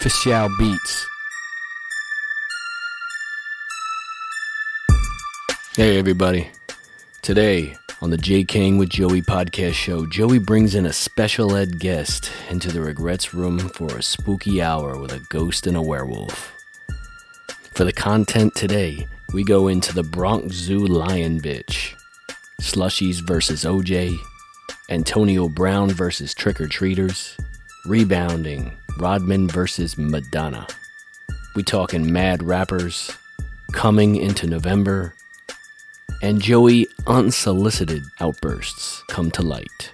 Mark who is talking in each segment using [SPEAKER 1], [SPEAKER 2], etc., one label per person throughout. [SPEAKER 1] Fischel Beats. Hey, everybody. Today on the J. King with Joey podcast show, Joey brings in a special ed guest into the regrets room for a spooky hour with a ghost and a werewolf. For the content today, we go into the Bronx Zoo Lion Bitch, Slushies versus OJ, Antonio Brown versus Trick or Treaters, Rebounding, Rodman versus Madonna. We talking mad rappers, coming into November, and Joey unsolicited outbursts come to light.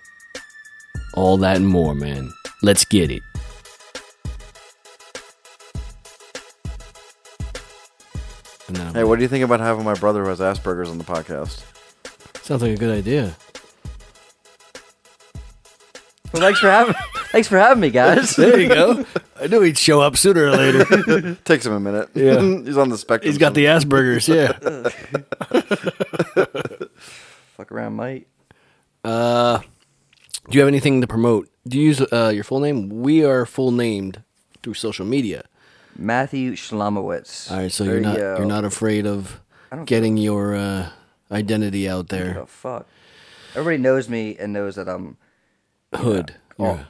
[SPEAKER 1] All that and more, man. Let's get it. And then I'm
[SPEAKER 2] Hey, what do you think about having my brother who has Asperger's on the podcast?
[SPEAKER 1] Sounds like a good idea.
[SPEAKER 3] Well, thanks for having thanks for having me, guys.
[SPEAKER 1] There you go. I knew he'd show up sooner or later.
[SPEAKER 2] Takes him a minute.
[SPEAKER 1] Yeah.
[SPEAKER 2] he's on the spectrum.
[SPEAKER 1] He's got the Asperger's, yeah.
[SPEAKER 3] Fuck around, mate.
[SPEAKER 1] Uh, do you have anything to promote? Do you use uh, your full name? We are full named through social media.
[SPEAKER 3] Matthew Schlamowitz.
[SPEAKER 1] All right, so you're
[SPEAKER 3] There
[SPEAKER 1] not
[SPEAKER 3] you go.
[SPEAKER 1] you're not afraid of
[SPEAKER 3] I don't
[SPEAKER 1] getting your uh, identity out
[SPEAKER 3] What the
[SPEAKER 1] there.
[SPEAKER 3] fuck? Everybody knows me and knows that I'm.
[SPEAKER 1] Hood. You're-
[SPEAKER 3] Oh.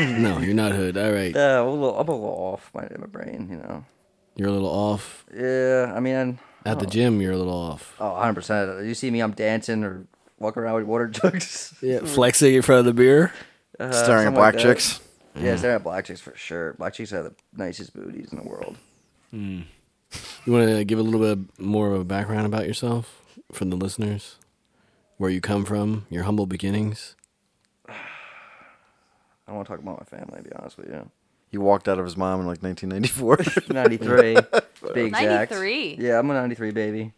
[SPEAKER 1] no, you're not hood. All right,
[SPEAKER 3] Yeah, uh, I'm a little, I'm a little off my, in my brain, you know.
[SPEAKER 1] you're a little off
[SPEAKER 3] Yeah, I mean,
[SPEAKER 1] at the gym. You're a little off.
[SPEAKER 3] oh, 100 percent. You see me, I'm dancing or walking around with water jugs.
[SPEAKER 1] Yeah, flexing in front of the mirror.
[SPEAKER 3] Uh,
[SPEAKER 2] staring at
[SPEAKER 3] something
[SPEAKER 2] black
[SPEAKER 3] like that.
[SPEAKER 2] chicks.
[SPEAKER 3] Yeah, staring at black chicks for sure. Black chicks have the nicest booties in the world.
[SPEAKER 1] You want to give a little bit more of a background about yourself for the listeners, where you come from, your humble beginnings.
[SPEAKER 3] I don't want to talk about my family, to be honest with you.
[SPEAKER 2] He walked out of his mom in like 1994.
[SPEAKER 3] 93, to be exact.
[SPEAKER 4] 93.
[SPEAKER 3] Yeah, I'm a 93 baby.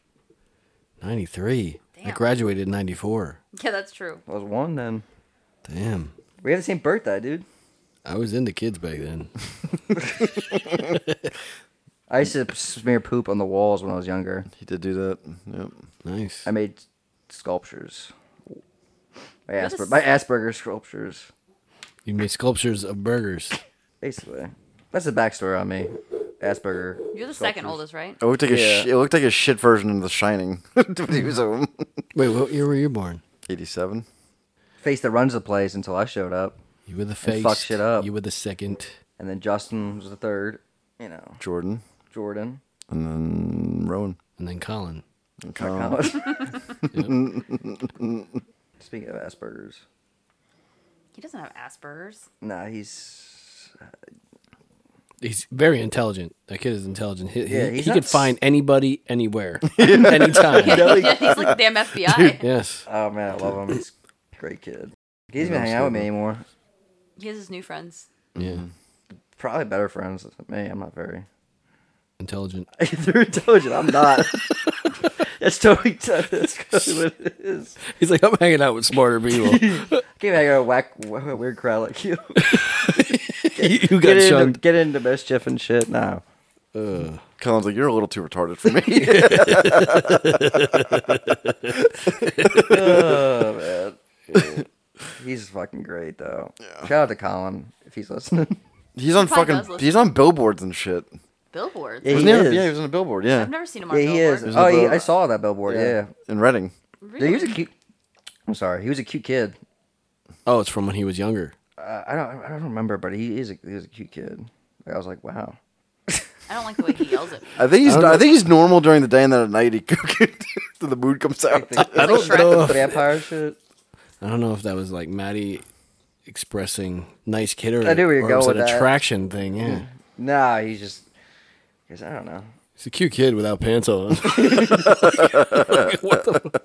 [SPEAKER 1] Ninety three. I
[SPEAKER 4] Damn.
[SPEAKER 1] graduated in ninety four.
[SPEAKER 4] Yeah, that's true.
[SPEAKER 3] I was one then.
[SPEAKER 1] Damn.
[SPEAKER 3] We have the same birthday, dude.
[SPEAKER 1] I was into kids back then.
[SPEAKER 3] I used to smear poop on the walls when I was younger.
[SPEAKER 2] he did do that. Yep.
[SPEAKER 1] Nice.
[SPEAKER 3] I made sculptures. My,
[SPEAKER 4] What
[SPEAKER 3] Asper-
[SPEAKER 4] is-
[SPEAKER 3] my Asperger sculptures,
[SPEAKER 1] You made sculptures of burgers.
[SPEAKER 3] basically. That's the backstory on me. Asperger.
[SPEAKER 4] You're the
[SPEAKER 3] sculptures.
[SPEAKER 4] second oldest, right?
[SPEAKER 2] It
[SPEAKER 3] Oh.
[SPEAKER 2] looked like a
[SPEAKER 3] Yeah.
[SPEAKER 2] sh- it looked like a shit version of The Shining. when he was home.
[SPEAKER 1] Wait, what year were you born?
[SPEAKER 2] 87.
[SPEAKER 3] Face that runs the place until I showed up.
[SPEAKER 1] You were the face.
[SPEAKER 3] fuck shit up.
[SPEAKER 1] You were the second.
[SPEAKER 3] And then Justin was the third. You know,
[SPEAKER 2] Jordan
[SPEAKER 3] Jordan.
[SPEAKER 2] and then Rowan.
[SPEAKER 1] And then Colin.
[SPEAKER 2] And Colin.
[SPEAKER 3] Colin. Speaking of Asperger's.
[SPEAKER 4] He doesn't have Asperger's.
[SPEAKER 3] Nah, he's.
[SPEAKER 1] He's very intelligent. That kid is intelligent. He,
[SPEAKER 3] Yeah,
[SPEAKER 1] he,
[SPEAKER 3] he's
[SPEAKER 1] he
[SPEAKER 3] not
[SPEAKER 1] could
[SPEAKER 3] s-
[SPEAKER 1] find anybody, anywhere, anytime.
[SPEAKER 4] yeah, he's like the damn FBI.
[SPEAKER 1] Yes.
[SPEAKER 3] Oh, man, I love him. He's a great kid. He doesn't even hang out with me anymore.
[SPEAKER 4] He has his new friends.
[SPEAKER 1] Yeah.
[SPEAKER 3] Probably better friends than me. I'm not very.
[SPEAKER 1] Intelligent.
[SPEAKER 3] They're intelligent. I'm not. that's totally that's totally what it is.
[SPEAKER 1] He's like, I'm hanging out with smarter people.
[SPEAKER 3] I can't hang out with a whack wh- weird crowd like you.
[SPEAKER 1] you
[SPEAKER 3] Get
[SPEAKER 1] got
[SPEAKER 3] into,
[SPEAKER 1] shunned.
[SPEAKER 3] get into mischief and shit. No,
[SPEAKER 2] Colin's like, you're a little too retarded for me.
[SPEAKER 3] he's fucking great though. Shout out to Colin if he's listening.
[SPEAKER 2] he's on
[SPEAKER 4] probably does
[SPEAKER 2] fucking.
[SPEAKER 4] listen.
[SPEAKER 2] He's on billboards and shit.
[SPEAKER 4] Billboards.
[SPEAKER 3] Yeah,
[SPEAKER 2] Wasn't
[SPEAKER 3] he
[SPEAKER 2] on-
[SPEAKER 3] is.
[SPEAKER 2] Yeah, he was on a billboard.
[SPEAKER 4] I've
[SPEAKER 2] Yeah,
[SPEAKER 4] never seen him on
[SPEAKER 3] yeah, he
[SPEAKER 4] Billboard.
[SPEAKER 3] is.
[SPEAKER 2] There's a
[SPEAKER 3] Oh, he,
[SPEAKER 2] bill-
[SPEAKER 3] I saw that billboard. Yeah.
[SPEAKER 2] in Reading.
[SPEAKER 3] Dude,
[SPEAKER 4] Really?
[SPEAKER 3] he was a cute. I'm sorry, he was a cute kid.
[SPEAKER 1] Oh, it's from when he was younger.
[SPEAKER 3] Uh, I don't, I don't remember, but he is, a, he was a cute kid. Like, I was like, wow.
[SPEAKER 4] I don't like the way he yells at me.
[SPEAKER 2] I think he's.
[SPEAKER 1] don't
[SPEAKER 2] I,
[SPEAKER 1] know.
[SPEAKER 2] think he's normal during the day, and then at night he the mood comes out.
[SPEAKER 1] I don't know. If,
[SPEAKER 3] Vampire shit.
[SPEAKER 1] I don't know if that was like Maddie expressing nice kid or,
[SPEAKER 3] I knew where you were
[SPEAKER 1] or it was
[SPEAKER 3] going
[SPEAKER 1] an
[SPEAKER 3] with that.
[SPEAKER 1] attraction thing. Yeah.
[SPEAKER 3] Nah, he's just. Cause I don't know.
[SPEAKER 1] He's a cute kid without pants on. what the?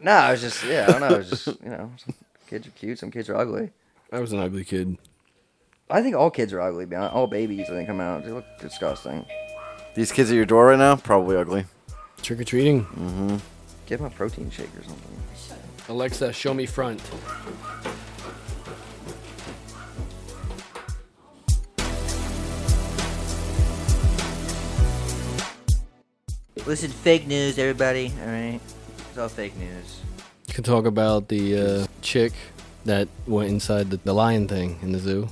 [SPEAKER 3] No, I was just yeah, I don't know. I was just you know, some kids are cute, some kids are ugly.
[SPEAKER 1] I was an ugly kid.
[SPEAKER 3] I think all kids are ugly. Man, all babies when they come out, they look disgusting.
[SPEAKER 2] These kids at your door right now, probably ugly.
[SPEAKER 1] Trick or treating.
[SPEAKER 3] Give them a protein shake or something.
[SPEAKER 1] Alexa, show me front.
[SPEAKER 3] Listen, fake news, everybody. All right, it's all fake news.
[SPEAKER 1] You can talk about the uh, chick that went inside the, the lion thing in the zoo.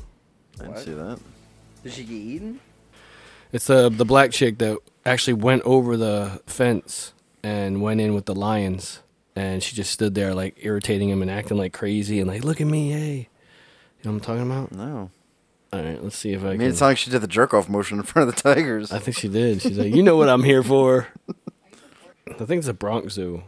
[SPEAKER 2] I didn't
[SPEAKER 3] What?
[SPEAKER 2] see that.
[SPEAKER 3] Did she get eaten?
[SPEAKER 1] It's the the black chick that actually went over the fence and went in with the lions, and she just stood there like irritating him and acting like crazy and like, look at me, hey. You know what I'm talking about?
[SPEAKER 2] No.
[SPEAKER 1] All right, let's see if I,
[SPEAKER 2] I
[SPEAKER 1] can.
[SPEAKER 2] mean, it's not like she did the jerk off motion in front of the Tigers.
[SPEAKER 1] I think she did. She's like, you know what I'm here for. I think it's a Bronx Zoo.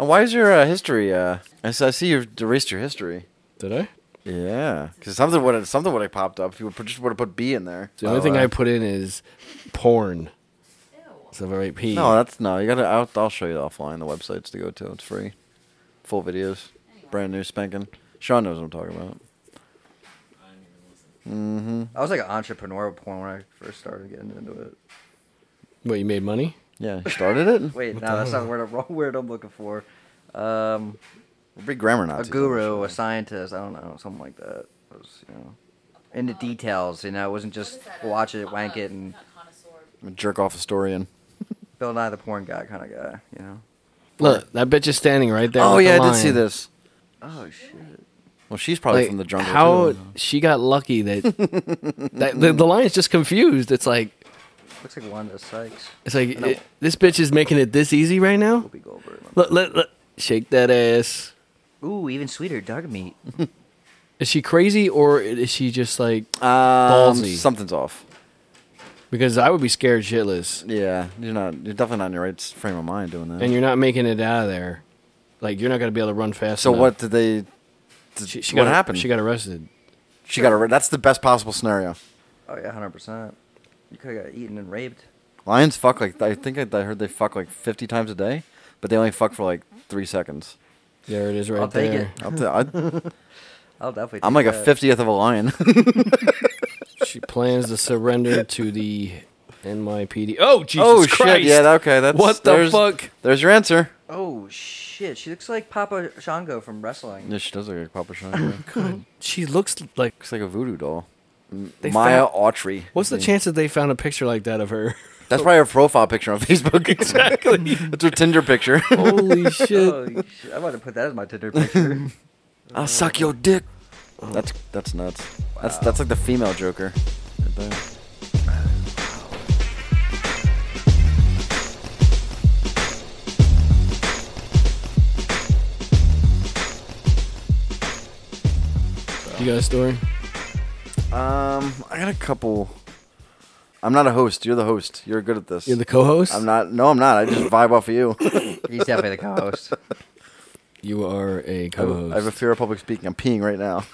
[SPEAKER 2] Uh, why is your uh, history? Uh, I s- I see you've erased your history.
[SPEAKER 1] Did I?
[SPEAKER 2] Yeah, because something would have something would have popped up. if You would just would have put B in there. Oh,
[SPEAKER 1] The only thing
[SPEAKER 2] I
[SPEAKER 1] I put in is porn. So if I write P.
[SPEAKER 2] no, that's no. You gotta. I'll, I'll show you offline the websites to go to. It's free, full videos, brand new spanking. Sean knows what I'm talking about.
[SPEAKER 3] I was like an entrepreneur at porn when I first started getting into it.
[SPEAKER 1] what, you made money?
[SPEAKER 2] Yeah, you started it.
[SPEAKER 3] Wait, no, that's not the word, wrong word I'm looking for. Um,
[SPEAKER 2] We're Big grammar
[SPEAKER 3] a
[SPEAKER 2] Nazis. on this
[SPEAKER 3] guru,
[SPEAKER 2] show.
[SPEAKER 3] a scientist, I don't know, something like that. It was, you know, into details, you know, it wasn't just watch it, wank it, and
[SPEAKER 2] a jerk off historian.
[SPEAKER 3] Bill Nye the porn guy kind of guy, you know.
[SPEAKER 1] Look, that bitch is standing right there.
[SPEAKER 2] oh
[SPEAKER 1] with
[SPEAKER 2] yeah,
[SPEAKER 1] the
[SPEAKER 2] I did see
[SPEAKER 1] lion.
[SPEAKER 2] this.
[SPEAKER 3] Oh shit!
[SPEAKER 2] Well, she's probably
[SPEAKER 1] Like,
[SPEAKER 2] from the jungle
[SPEAKER 1] How
[SPEAKER 2] too.
[SPEAKER 1] she got lucky that, that the, the lion's just confused. It's like
[SPEAKER 3] Looks like Wanda Sykes.
[SPEAKER 1] it's like
[SPEAKER 3] No.
[SPEAKER 1] it- this bitch is making it this easy right now.
[SPEAKER 3] Whoopi Goldberg.
[SPEAKER 1] Let, let, let- shake that ass.
[SPEAKER 3] Ooh, even sweeter, dog meat.
[SPEAKER 1] Is she crazy or is she just like?
[SPEAKER 2] Um,
[SPEAKER 1] Ballsy.
[SPEAKER 2] something's off.
[SPEAKER 1] Because I would be scared shitless,
[SPEAKER 2] Yeah, you're not. You're definitely not in your right frame of mind doing that.
[SPEAKER 1] and you're not making it out of there. Like you're not gonna be able to run fast.
[SPEAKER 2] so
[SPEAKER 1] enough.
[SPEAKER 2] what did they? Did,
[SPEAKER 1] She, she
[SPEAKER 2] what
[SPEAKER 1] got,
[SPEAKER 2] happened?
[SPEAKER 1] She got arrested.
[SPEAKER 2] She got a. That's the best possible scenario.
[SPEAKER 3] Oh yeah, hundred percent. You could have got eaten and raped.
[SPEAKER 2] Lions fuck like I think I I heard they fuck like fifty times a day, but they only fuck for like three seconds.
[SPEAKER 1] There it is, right
[SPEAKER 3] I'll
[SPEAKER 1] there.
[SPEAKER 3] take it.
[SPEAKER 2] I'll t- I,
[SPEAKER 3] I'll definitely.
[SPEAKER 2] I'm like
[SPEAKER 3] take
[SPEAKER 2] a
[SPEAKER 3] that.
[SPEAKER 2] fiftieth of a lion.
[SPEAKER 1] She plans to surrender to the NYPD. Oh Jesus
[SPEAKER 2] oh
[SPEAKER 1] Christ!
[SPEAKER 2] shit! Yeah, okay. That's
[SPEAKER 1] what the
[SPEAKER 2] there's-
[SPEAKER 1] fuck.
[SPEAKER 2] There's your answer.
[SPEAKER 3] Oh shit! She looks like Papa Shango from wrestling.
[SPEAKER 2] Yeah, she does look like Papa Shango.
[SPEAKER 1] She looks like.
[SPEAKER 2] Looks like a voodoo doll. M-
[SPEAKER 1] They
[SPEAKER 2] Maya
[SPEAKER 1] found-
[SPEAKER 2] Autry.
[SPEAKER 1] What's the
[SPEAKER 2] They-
[SPEAKER 1] chance that they found a picture like that of her?
[SPEAKER 2] That's probably her profile picture on Facebook.
[SPEAKER 1] Exactly.
[SPEAKER 2] That's her Tinder picture.
[SPEAKER 1] Holy shit!
[SPEAKER 3] Holy shit! Oh, I want to put that as my Tinder picture.
[SPEAKER 2] I'll suck your dick. That's that's nuts. That's that's like the female Joker. Right there.
[SPEAKER 1] You got a story?
[SPEAKER 2] Um, I got a couple. I'm not a host. You're the host. You're good at this.
[SPEAKER 1] You're the co-host.
[SPEAKER 2] I'm not. No, I'm not. I just vibe off of you.
[SPEAKER 3] He's definitely the co-host.
[SPEAKER 1] You are a
[SPEAKER 2] I have a-
[SPEAKER 1] co-host.
[SPEAKER 2] I have a fear of public speaking. I'm peeing right now.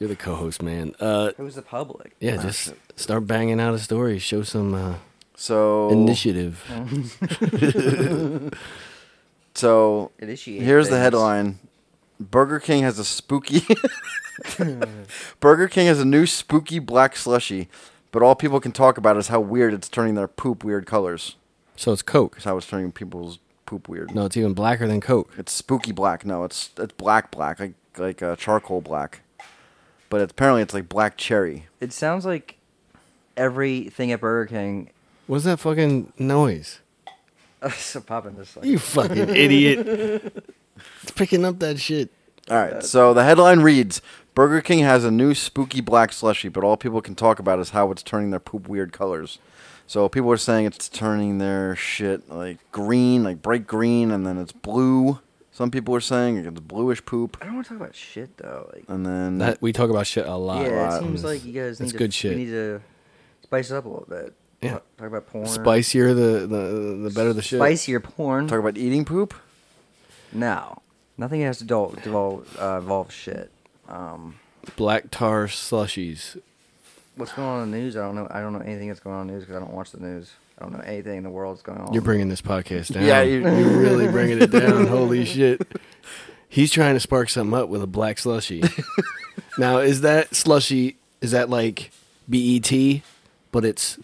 [SPEAKER 1] You're the co-host, man. Uh,
[SPEAKER 3] Who's the public?
[SPEAKER 1] yeah, just start banging out a story. Show some uh,
[SPEAKER 3] Oh.
[SPEAKER 2] So
[SPEAKER 1] initiative.
[SPEAKER 2] So
[SPEAKER 3] Initiate.
[SPEAKER 2] here's the
[SPEAKER 3] things.
[SPEAKER 2] headline: Burger King has a spooky. Burger King has a new spooky black slushy, but all people can talk about is how weird it's turning their poop weird colors.
[SPEAKER 1] So it's Coke.
[SPEAKER 2] It's how it's turning people's poop weird.
[SPEAKER 1] No, it's even blacker than Coke.
[SPEAKER 2] It's spooky black. No, it's it's black black, like like uh, charcoal black. But it's, apparently it's like black cherry.
[SPEAKER 3] It sounds like everything at Burger King.
[SPEAKER 1] What's that fucking noise?
[SPEAKER 3] so popping this. Like,
[SPEAKER 1] You fucking idiot! It's picking up that shit.
[SPEAKER 2] All right. So the headline reads: Burger King has a new spooky black slushy, but all people can talk about is how it's turning their poop weird colors. So people are saying it's turning their shit like green, like bright green, and then it's blue. Some people are saying it's bluish poop,
[SPEAKER 3] I don't want to talk about shit though. Like,
[SPEAKER 2] and then
[SPEAKER 1] That we talk about shit a lot.
[SPEAKER 3] yeah,
[SPEAKER 2] lot.
[SPEAKER 3] it seems like you guys need
[SPEAKER 1] That's
[SPEAKER 3] to,
[SPEAKER 1] good
[SPEAKER 3] we
[SPEAKER 1] shit.
[SPEAKER 3] need to spice it up a little bit.
[SPEAKER 1] Yeah.
[SPEAKER 3] Talk talk about porn.
[SPEAKER 1] Spicier the the, the better the shit.
[SPEAKER 3] Spicier porn.
[SPEAKER 2] talk about eating poop.
[SPEAKER 3] No, nothing has to do- devolve, uh, involve shit. Um,
[SPEAKER 1] Black tar slushies.
[SPEAKER 3] what's going on in the news? I don't know. I don't know anything that's going on in the news because I don't watch the news. I don't know anything in the world that's going on.
[SPEAKER 1] You're bringing this podcast down.
[SPEAKER 2] Yeah, you-
[SPEAKER 1] you're really bringing it down. Holy shit! He's trying to spark something up with a black slushy. now, is that slushy? Is that like BET, but it's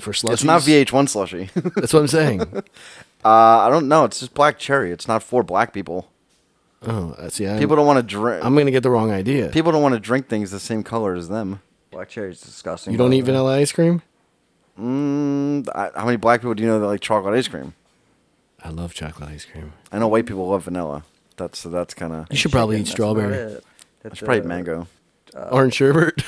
[SPEAKER 1] for slushies?
[SPEAKER 2] It's not VH1 slushy.
[SPEAKER 1] That's what I'm saying.
[SPEAKER 2] uh, I don't know. It's just black cherry. It's not for black people.
[SPEAKER 1] Oh, uh, see, I'm,
[SPEAKER 2] People don't want to drink.
[SPEAKER 1] I'm gonna get the wrong idea.
[SPEAKER 2] People don't want to drink things the same color as them.
[SPEAKER 3] Black cherry's disgusting. uh,
[SPEAKER 1] you don't
[SPEAKER 3] by
[SPEAKER 1] eat
[SPEAKER 3] the way.
[SPEAKER 1] vanilla ice cream?
[SPEAKER 2] Mm, I, how many black people do you know that like chocolate ice cream?
[SPEAKER 1] I love chocolate ice cream.
[SPEAKER 2] I know white people love vanilla. That's so that's kind of.
[SPEAKER 1] You should probably
[SPEAKER 3] Chicken,
[SPEAKER 1] eat
[SPEAKER 3] that's
[SPEAKER 1] strawberry,
[SPEAKER 3] about it. That's
[SPEAKER 2] It's probably
[SPEAKER 3] uh,
[SPEAKER 2] mango.
[SPEAKER 1] orange sherbet.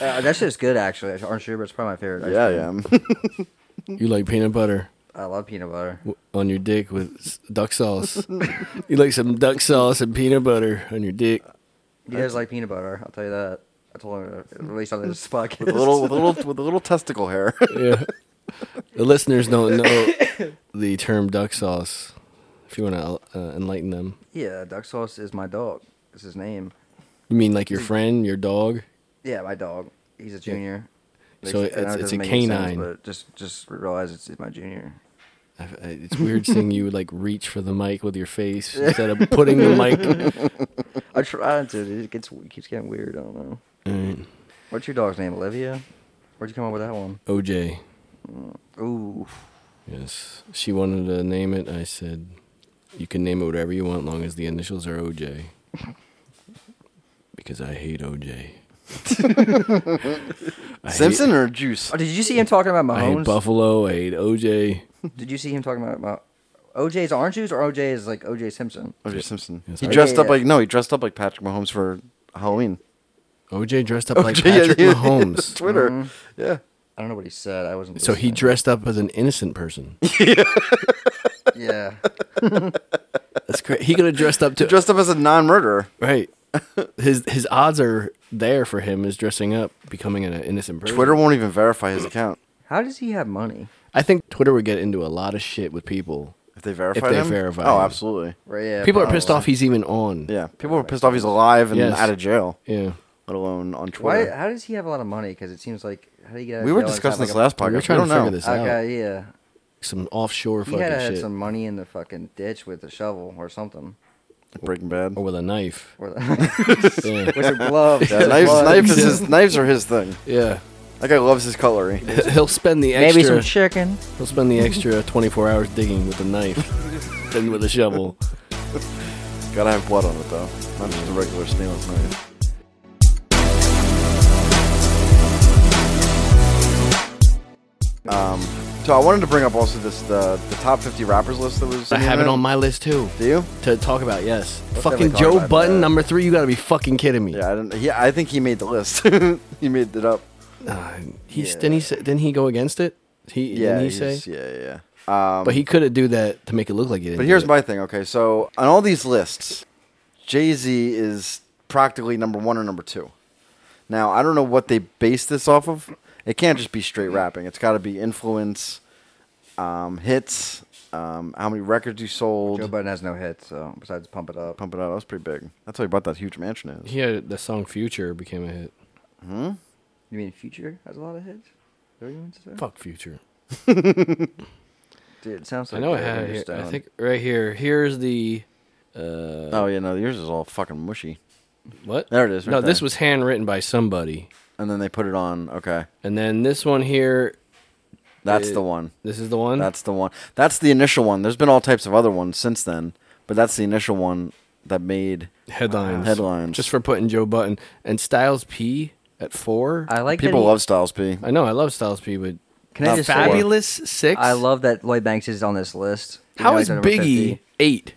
[SPEAKER 3] Uh, that shit's good, actually. Orange sherbet's probably my favorite. ice
[SPEAKER 2] Yeah,
[SPEAKER 3] cream.
[SPEAKER 2] yeah.
[SPEAKER 1] You like peanut butter
[SPEAKER 3] I love peanut butter.
[SPEAKER 1] w- on your dick with s- duck sauce. you like some duck sauce and peanut butter on your dick.
[SPEAKER 3] He does like peanut butter. I'll tell you that. I told him at least on this podcast.
[SPEAKER 2] with a little, with a little, with a little testicle hair.
[SPEAKER 1] Yeah. the listeners don't know the term duck sauce. If you want to uh, enlighten them,
[SPEAKER 3] Yeah, Duck Sauce is my dog. It's his name.
[SPEAKER 1] you mean like your friend, your dog?
[SPEAKER 3] Yeah, my dog. He's a junior.
[SPEAKER 1] So
[SPEAKER 3] Makes- I know
[SPEAKER 1] it's-
[SPEAKER 3] it
[SPEAKER 1] it's
[SPEAKER 3] doesn't
[SPEAKER 1] a
[SPEAKER 3] make any sense,
[SPEAKER 1] canine.
[SPEAKER 3] but just just realize it's, it's my junior.
[SPEAKER 1] I, I- it's weird seeing you like reach for the mic with your face instead of putting the mic.
[SPEAKER 3] I tried to. dude. It gets it keeps getting weird. I don't know.
[SPEAKER 1] Alright.
[SPEAKER 3] What's your dog's name? Olivia. Where'd you come up with that one?
[SPEAKER 1] OJ.
[SPEAKER 3] Ooh,
[SPEAKER 1] Yes. She wanted to name it. I said, you can name it whatever you want, long as the initials are OJ. Because I hate OJ. I hate-
[SPEAKER 2] Simpson or juice?
[SPEAKER 3] oh, did you see him talking about
[SPEAKER 1] I hate
[SPEAKER 3] Mahomes?
[SPEAKER 1] Buffalo. I hate OJ.
[SPEAKER 3] Did you see him talking about Mah- OJ's orange juice or OJ is like OJ Simpson?
[SPEAKER 2] O.J. Oh, Simpson.
[SPEAKER 1] Yes,
[SPEAKER 2] he
[SPEAKER 1] I-
[SPEAKER 2] dressed
[SPEAKER 3] Yeah,
[SPEAKER 2] up
[SPEAKER 3] yeah.
[SPEAKER 2] like no, he dressed up like Patrick Mahomes for Halloween.
[SPEAKER 1] OJ dressed up like
[SPEAKER 2] OJ, yeah,
[SPEAKER 1] Patrick
[SPEAKER 2] yeah,
[SPEAKER 1] Mahomes.
[SPEAKER 2] Twitter. Yeah.
[SPEAKER 3] I don't know what he said. I wasn't.
[SPEAKER 1] So he
[SPEAKER 3] listening.
[SPEAKER 1] dressed up as an innocent person.
[SPEAKER 3] Yeah.
[SPEAKER 1] That's great. He could have dressed up to
[SPEAKER 2] Dressed up as a non-murderer.
[SPEAKER 1] right. His his odds are there for him is dressing up, becoming an innocent person.
[SPEAKER 2] Twitter won't even verify his account
[SPEAKER 3] How does he have money?
[SPEAKER 1] I think Twitter would get into a lot of shit with people.
[SPEAKER 2] if they verify
[SPEAKER 1] they
[SPEAKER 2] him.
[SPEAKER 1] verify
[SPEAKER 2] oh,
[SPEAKER 1] him.
[SPEAKER 2] absolutely.
[SPEAKER 3] Right, yeah,
[SPEAKER 1] people are pissed
[SPEAKER 3] probably.
[SPEAKER 1] off he's even on.
[SPEAKER 2] Yeah, people were pissed off he's alive and
[SPEAKER 1] Yes.
[SPEAKER 2] out of jail,
[SPEAKER 1] Yeah.
[SPEAKER 2] let alone on
[SPEAKER 3] Why?
[SPEAKER 2] Twitter.
[SPEAKER 3] How does he have a lot of money? Because it seems like how do you get? out of
[SPEAKER 2] we were
[SPEAKER 3] jail and
[SPEAKER 2] discussing
[SPEAKER 3] have,
[SPEAKER 2] this
[SPEAKER 3] like,
[SPEAKER 2] last
[SPEAKER 1] We
[SPEAKER 2] podcast.
[SPEAKER 1] were trying
[SPEAKER 2] we
[SPEAKER 1] to
[SPEAKER 2] don't
[SPEAKER 1] figure
[SPEAKER 2] know.
[SPEAKER 1] this
[SPEAKER 3] a-
[SPEAKER 1] out.
[SPEAKER 3] Okay, yeah.
[SPEAKER 1] Some offshore
[SPEAKER 3] He
[SPEAKER 1] fucking
[SPEAKER 3] had had
[SPEAKER 1] shit.
[SPEAKER 3] some money in the fucking ditch with a shovel or something.
[SPEAKER 2] Breaking Bad.
[SPEAKER 1] Or with a knife.
[SPEAKER 3] Or the,
[SPEAKER 1] Yeah.
[SPEAKER 3] with a glove.
[SPEAKER 2] Yeah, knives, knives, is his, knives are his thing.
[SPEAKER 1] yeah.
[SPEAKER 2] That guy loves his cutlery.
[SPEAKER 1] He'll spend the
[SPEAKER 3] Maybe
[SPEAKER 1] extra
[SPEAKER 3] some chicken.
[SPEAKER 1] he'll spend the extra twenty four hours digging with a knife than with a shovel.
[SPEAKER 2] Gotta have blood on it though. Not just a regular stainless knife. Um, so I wanted to bring up also this uh, the, the top 50 rappers list that was.
[SPEAKER 1] I
[SPEAKER 2] in the
[SPEAKER 1] have it
[SPEAKER 2] internet.
[SPEAKER 1] on my list too.
[SPEAKER 2] Do you?
[SPEAKER 1] To talk about, yes.
[SPEAKER 3] definitely
[SPEAKER 1] fucking
[SPEAKER 3] talk
[SPEAKER 1] Joe
[SPEAKER 3] about
[SPEAKER 1] Button,
[SPEAKER 3] that.
[SPEAKER 1] number three, you gotta be fucking kidding me.
[SPEAKER 2] Yeah, I didn't. Yeah, I think he made the list. he made it up.
[SPEAKER 1] Uh, he's didn't he say, didn't he go against it? He
[SPEAKER 2] Yeah,
[SPEAKER 1] didn't he say?
[SPEAKER 2] he's- yeah, yeah. Um,
[SPEAKER 1] But he could have do that to make it look like he didn't.
[SPEAKER 2] But
[SPEAKER 1] do
[SPEAKER 2] here's
[SPEAKER 1] it.
[SPEAKER 2] my thing. Okay, so on all these lists, Jay Z is practically number one or number two. Now I don't know what they base this off of. It can't just be straight rapping. It's got to be influence, um, hits, um, how many records you sold.
[SPEAKER 3] Joe Budden has no hits, so besides pump it up.
[SPEAKER 2] Pump it out. That was pretty big. That's how he bought that huge mansion. Is
[SPEAKER 1] He had the song Future became a hit.
[SPEAKER 3] You mean Future has a lot of hits? Is that what you meant to say?
[SPEAKER 1] Fuck Future.
[SPEAKER 3] Dude, it sounds
[SPEAKER 1] I
[SPEAKER 3] like
[SPEAKER 1] know I
[SPEAKER 3] they're
[SPEAKER 1] had it here.
[SPEAKER 3] just
[SPEAKER 1] I
[SPEAKER 3] down.
[SPEAKER 1] think right here. Here's the
[SPEAKER 2] oh yeah, no, yours is all fucking mushy.
[SPEAKER 1] what?
[SPEAKER 2] There it is, right
[SPEAKER 1] no, this
[SPEAKER 2] there.
[SPEAKER 1] was handwritten by somebody.
[SPEAKER 2] And then they put it on. Okay,
[SPEAKER 1] And then this one here,
[SPEAKER 2] that's
[SPEAKER 1] It-
[SPEAKER 2] the one.
[SPEAKER 1] this is the one.
[SPEAKER 2] That's the one. That's the initial one. There's been all types of other ones since then, but that's the initial one that made uh,
[SPEAKER 1] headlines.
[SPEAKER 2] Headlines.
[SPEAKER 1] Just for putting Joe Button and Styles P at four.
[SPEAKER 3] I like
[SPEAKER 2] People
[SPEAKER 3] that he,
[SPEAKER 2] love Styles P.
[SPEAKER 1] I know I love Styles P, but
[SPEAKER 3] Can I
[SPEAKER 2] Not
[SPEAKER 3] just say-
[SPEAKER 1] fabulous six.
[SPEAKER 3] I love that Lloyd Banks is on this list. You
[SPEAKER 1] How
[SPEAKER 3] know,
[SPEAKER 1] is
[SPEAKER 3] he's at number
[SPEAKER 1] Biggie
[SPEAKER 3] 50.
[SPEAKER 1] eight?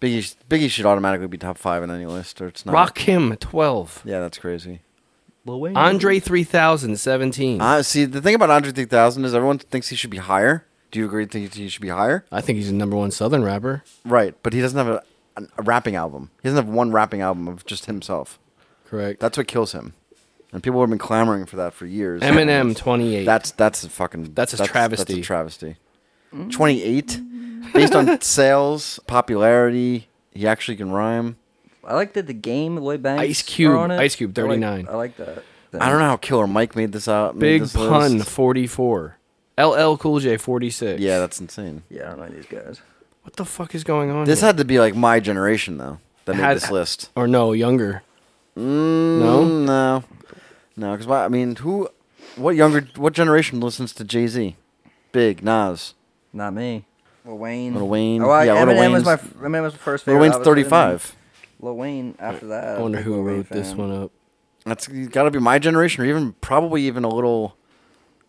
[SPEAKER 2] Biggie, Biggie should automatically be top five in any list, or it's not.
[SPEAKER 1] Rock him at twelve.
[SPEAKER 2] Yeah, that's crazy.
[SPEAKER 1] Andre three thousand seventeen.
[SPEAKER 2] Uh, see, the thing about Andre 3000 is everyone thinks he should be higher. Do you agree? Think he should be higher?
[SPEAKER 1] I think he's the number one Southern rapper.
[SPEAKER 2] Right, but he doesn't have a, an- a rapping album. He doesn't have one rapping album of just himself.
[SPEAKER 1] Correct.
[SPEAKER 2] That's what kills him, and people have been clamoring for that for years.
[SPEAKER 1] Eminem twenty eight.
[SPEAKER 2] That's that's a fucking
[SPEAKER 1] That's a
[SPEAKER 2] That's
[SPEAKER 1] travesty.
[SPEAKER 2] a travesty. Twenty eight, based on sales, popularity. He actually can rhyme.
[SPEAKER 3] I like that the game Lloyd Banks.
[SPEAKER 1] Ice Cube-
[SPEAKER 3] are on it.
[SPEAKER 1] Ice Cube,
[SPEAKER 3] I like-
[SPEAKER 1] 39.
[SPEAKER 3] I like, that.
[SPEAKER 2] I don't know how Killer Mike made this out. made
[SPEAKER 1] Big
[SPEAKER 2] this
[SPEAKER 1] Pun
[SPEAKER 2] list.
[SPEAKER 1] forty four. LL Cool J forty six.
[SPEAKER 2] Yeah, that's insane.
[SPEAKER 3] Yeah, I don't know these guys.
[SPEAKER 1] What the fuck is going on?
[SPEAKER 2] This
[SPEAKER 1] here?
[SPEAKER 2] had to be like my generation though that made
[SPEAKER 1] Had-
[SPEAKER 2] this list.
[SPEAKER 1] or no younger.
[SPEAKER 2] Mm, no, no, because I mean, who, what younger, what generation listens to Jay Z, Big Nas?
[SPEAKER 3] Not me. Lil Wayne.
[SPEAKER 2] Lil Wayne.
[SPEAKER 3] Oh, I,
[SPEAKER 2] Yeah, Lil
[SPEAKER 3] Eminem was my
[SPEAKER 2] Wayne's-
[SPEAKER 3] Eminem was my first
[SPEAKER 2] Lil
[SPEAKER 3] favorite.
[SPEAKER 2] Wayne's
[SPEAKER 3] I was Lil
[SPEAKER 2] thirty five.
[SPEAKER 3] Wayne. Lil Wayne. After that,
[SPEAKER 1] I wonder
[SPEAKER 3] big
[SPEAKER 1] who
[SPEAKER 3] Lil Wayne
[SPEAKER 1] wrote this
[SPEAKER 3] fan.
[SPEAKER 1] one up.
[SPEAKER 2] That's got to be my generation, or even probably even a little,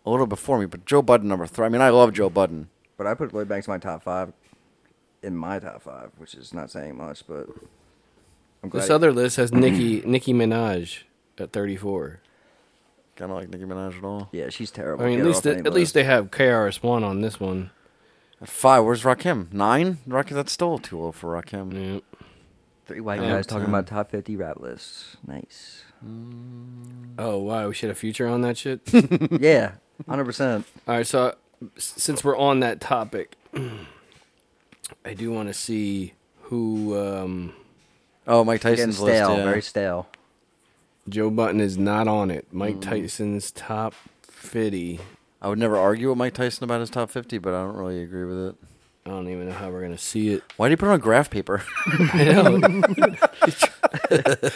[SPEAKER 2] a little before me. But Joe Budden number three. I mean, I love Joe Budden.
[SPEAKER 3] But I put Lloyd Banks in my top five. In my top five, which is not saying much, but I'm glad.
[SPEAKER 1] This other list has Nicki Nicki Minaj at 34.
[SPEAKER 2] I don't like Nicki Minaj at all.
[SPEAKER 3] Yeah, she's terrible.
[SPEAKER 1] I mean, at
[SPEAKER 3] Get her
[SPEAKER 1] least
[SPEAKER 3] off
[SPEAKER 1] they,
[SPEAKER 3] any
[SPEAKER 1] at least
[SPEAKER 3] list.
[SPEAKER 1] they have KRS One on this one.
[SPEAKER 2] At five, where's Rakim? Nine? Rakim, that's still too low for Rakim.
[SPEAKER 1] Yeah.
[SPEAKER 3] three white
[SPEAKER 1] Yeah,
[SPEAKER 3] guys talking
[SPEAKER 2] ten.
[SPEAKER 3] about top fifty rap lists. Nice.
[SPEAKER 1] Oh wow, we should have future on that shit.
[SPEAKER 3] yeah, hundred percent.
[SPEAKER 1] All right, so uh, s- since we're on that topic, I do want to see who um,
[SPEAKER 2] Oh, Mike
[SPEAKER 3] Getting
[SPEAKER 2] Tyson's list.
[SPEAKER 3] stale,
[SPEAKER 2] yeah.
[SPEAKER 3] very stale.
[SPEAKER 1] Joe Button is not on it. Mike
[SPEAKER 2] Hmm.
[SPEAKER 1] Tyson's top fifty.
[SPEAKER 2] I would never argue with Mike Tyson about his top 50, but I don't really agree with it.
[SPEAKER 1] I don't even know how we're gonna see it.
[SPEAKER 2] Why do you put it on graph paper?
[SPEAKER 1] I know.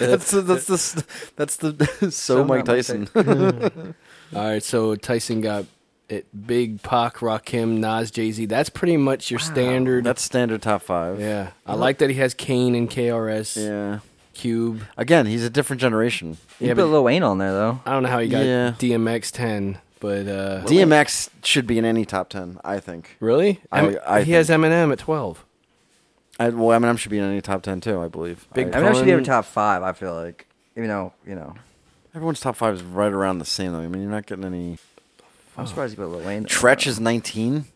[SPEAKER 2] that's the, that's the s- that's the so,
[SPEAKER 3] So
[SPEAKER 2] Mike
[SPEAKER 3] not Mike
[SPEAKER 2] Tyson.
[SPEAKER 1] All right, so Tyson got it. Big Pac, Rakim, Nas, Jay Z. That's pretty much your standard.
[SPEAKER 2] that's standard top five.
[SPEAKER 1] yeah. I like that he has Kane and KRS
[SPEAKER 2] Yeah.
[SPEAKER 1] Cube.
[SPEAKER 2] Again, he's a different generation.
[SPEAKER 3] You
[SPEAKER 1] Yeah,
[SPEAKER 3] put
[SPEAKER 1] but-
[SPEAKER 3] Lil Wayne on there though.
[SPEAKER 1] I don't know how he got
[SPEAKER 2] Yeah.
[SPEAKER 1] DMX ten, but uh,
[SPEAKER 2] DMX should be in any top ten, I think.
[SPEAKER 1] really,
[SPEAKER 2] I-
[SPEAKER 1] Em-
[SPEAKER 2] I
[SPEAKER 1] he has Eminem at twelve.
[SPEAKER 2] I, well, Eminem should be in any top ten too, I believe.
[SPEAKER 1] Big-
[SPEAKER 2] I-
[SPEAKER 3] I mean, I should be every
[SPEAKER 1] Cohen-
[SPEAKER 3] top five. I feel like, even though you know,
[SPEAKER 2] everyone's top five is right around the same. Though. I mean, you're not getting any.
[SPEAKER 1] Oh.
[SPEAKER 3] I'm surprised you put Lil Wayne.
[SPEAKER 2] Tretch is 19.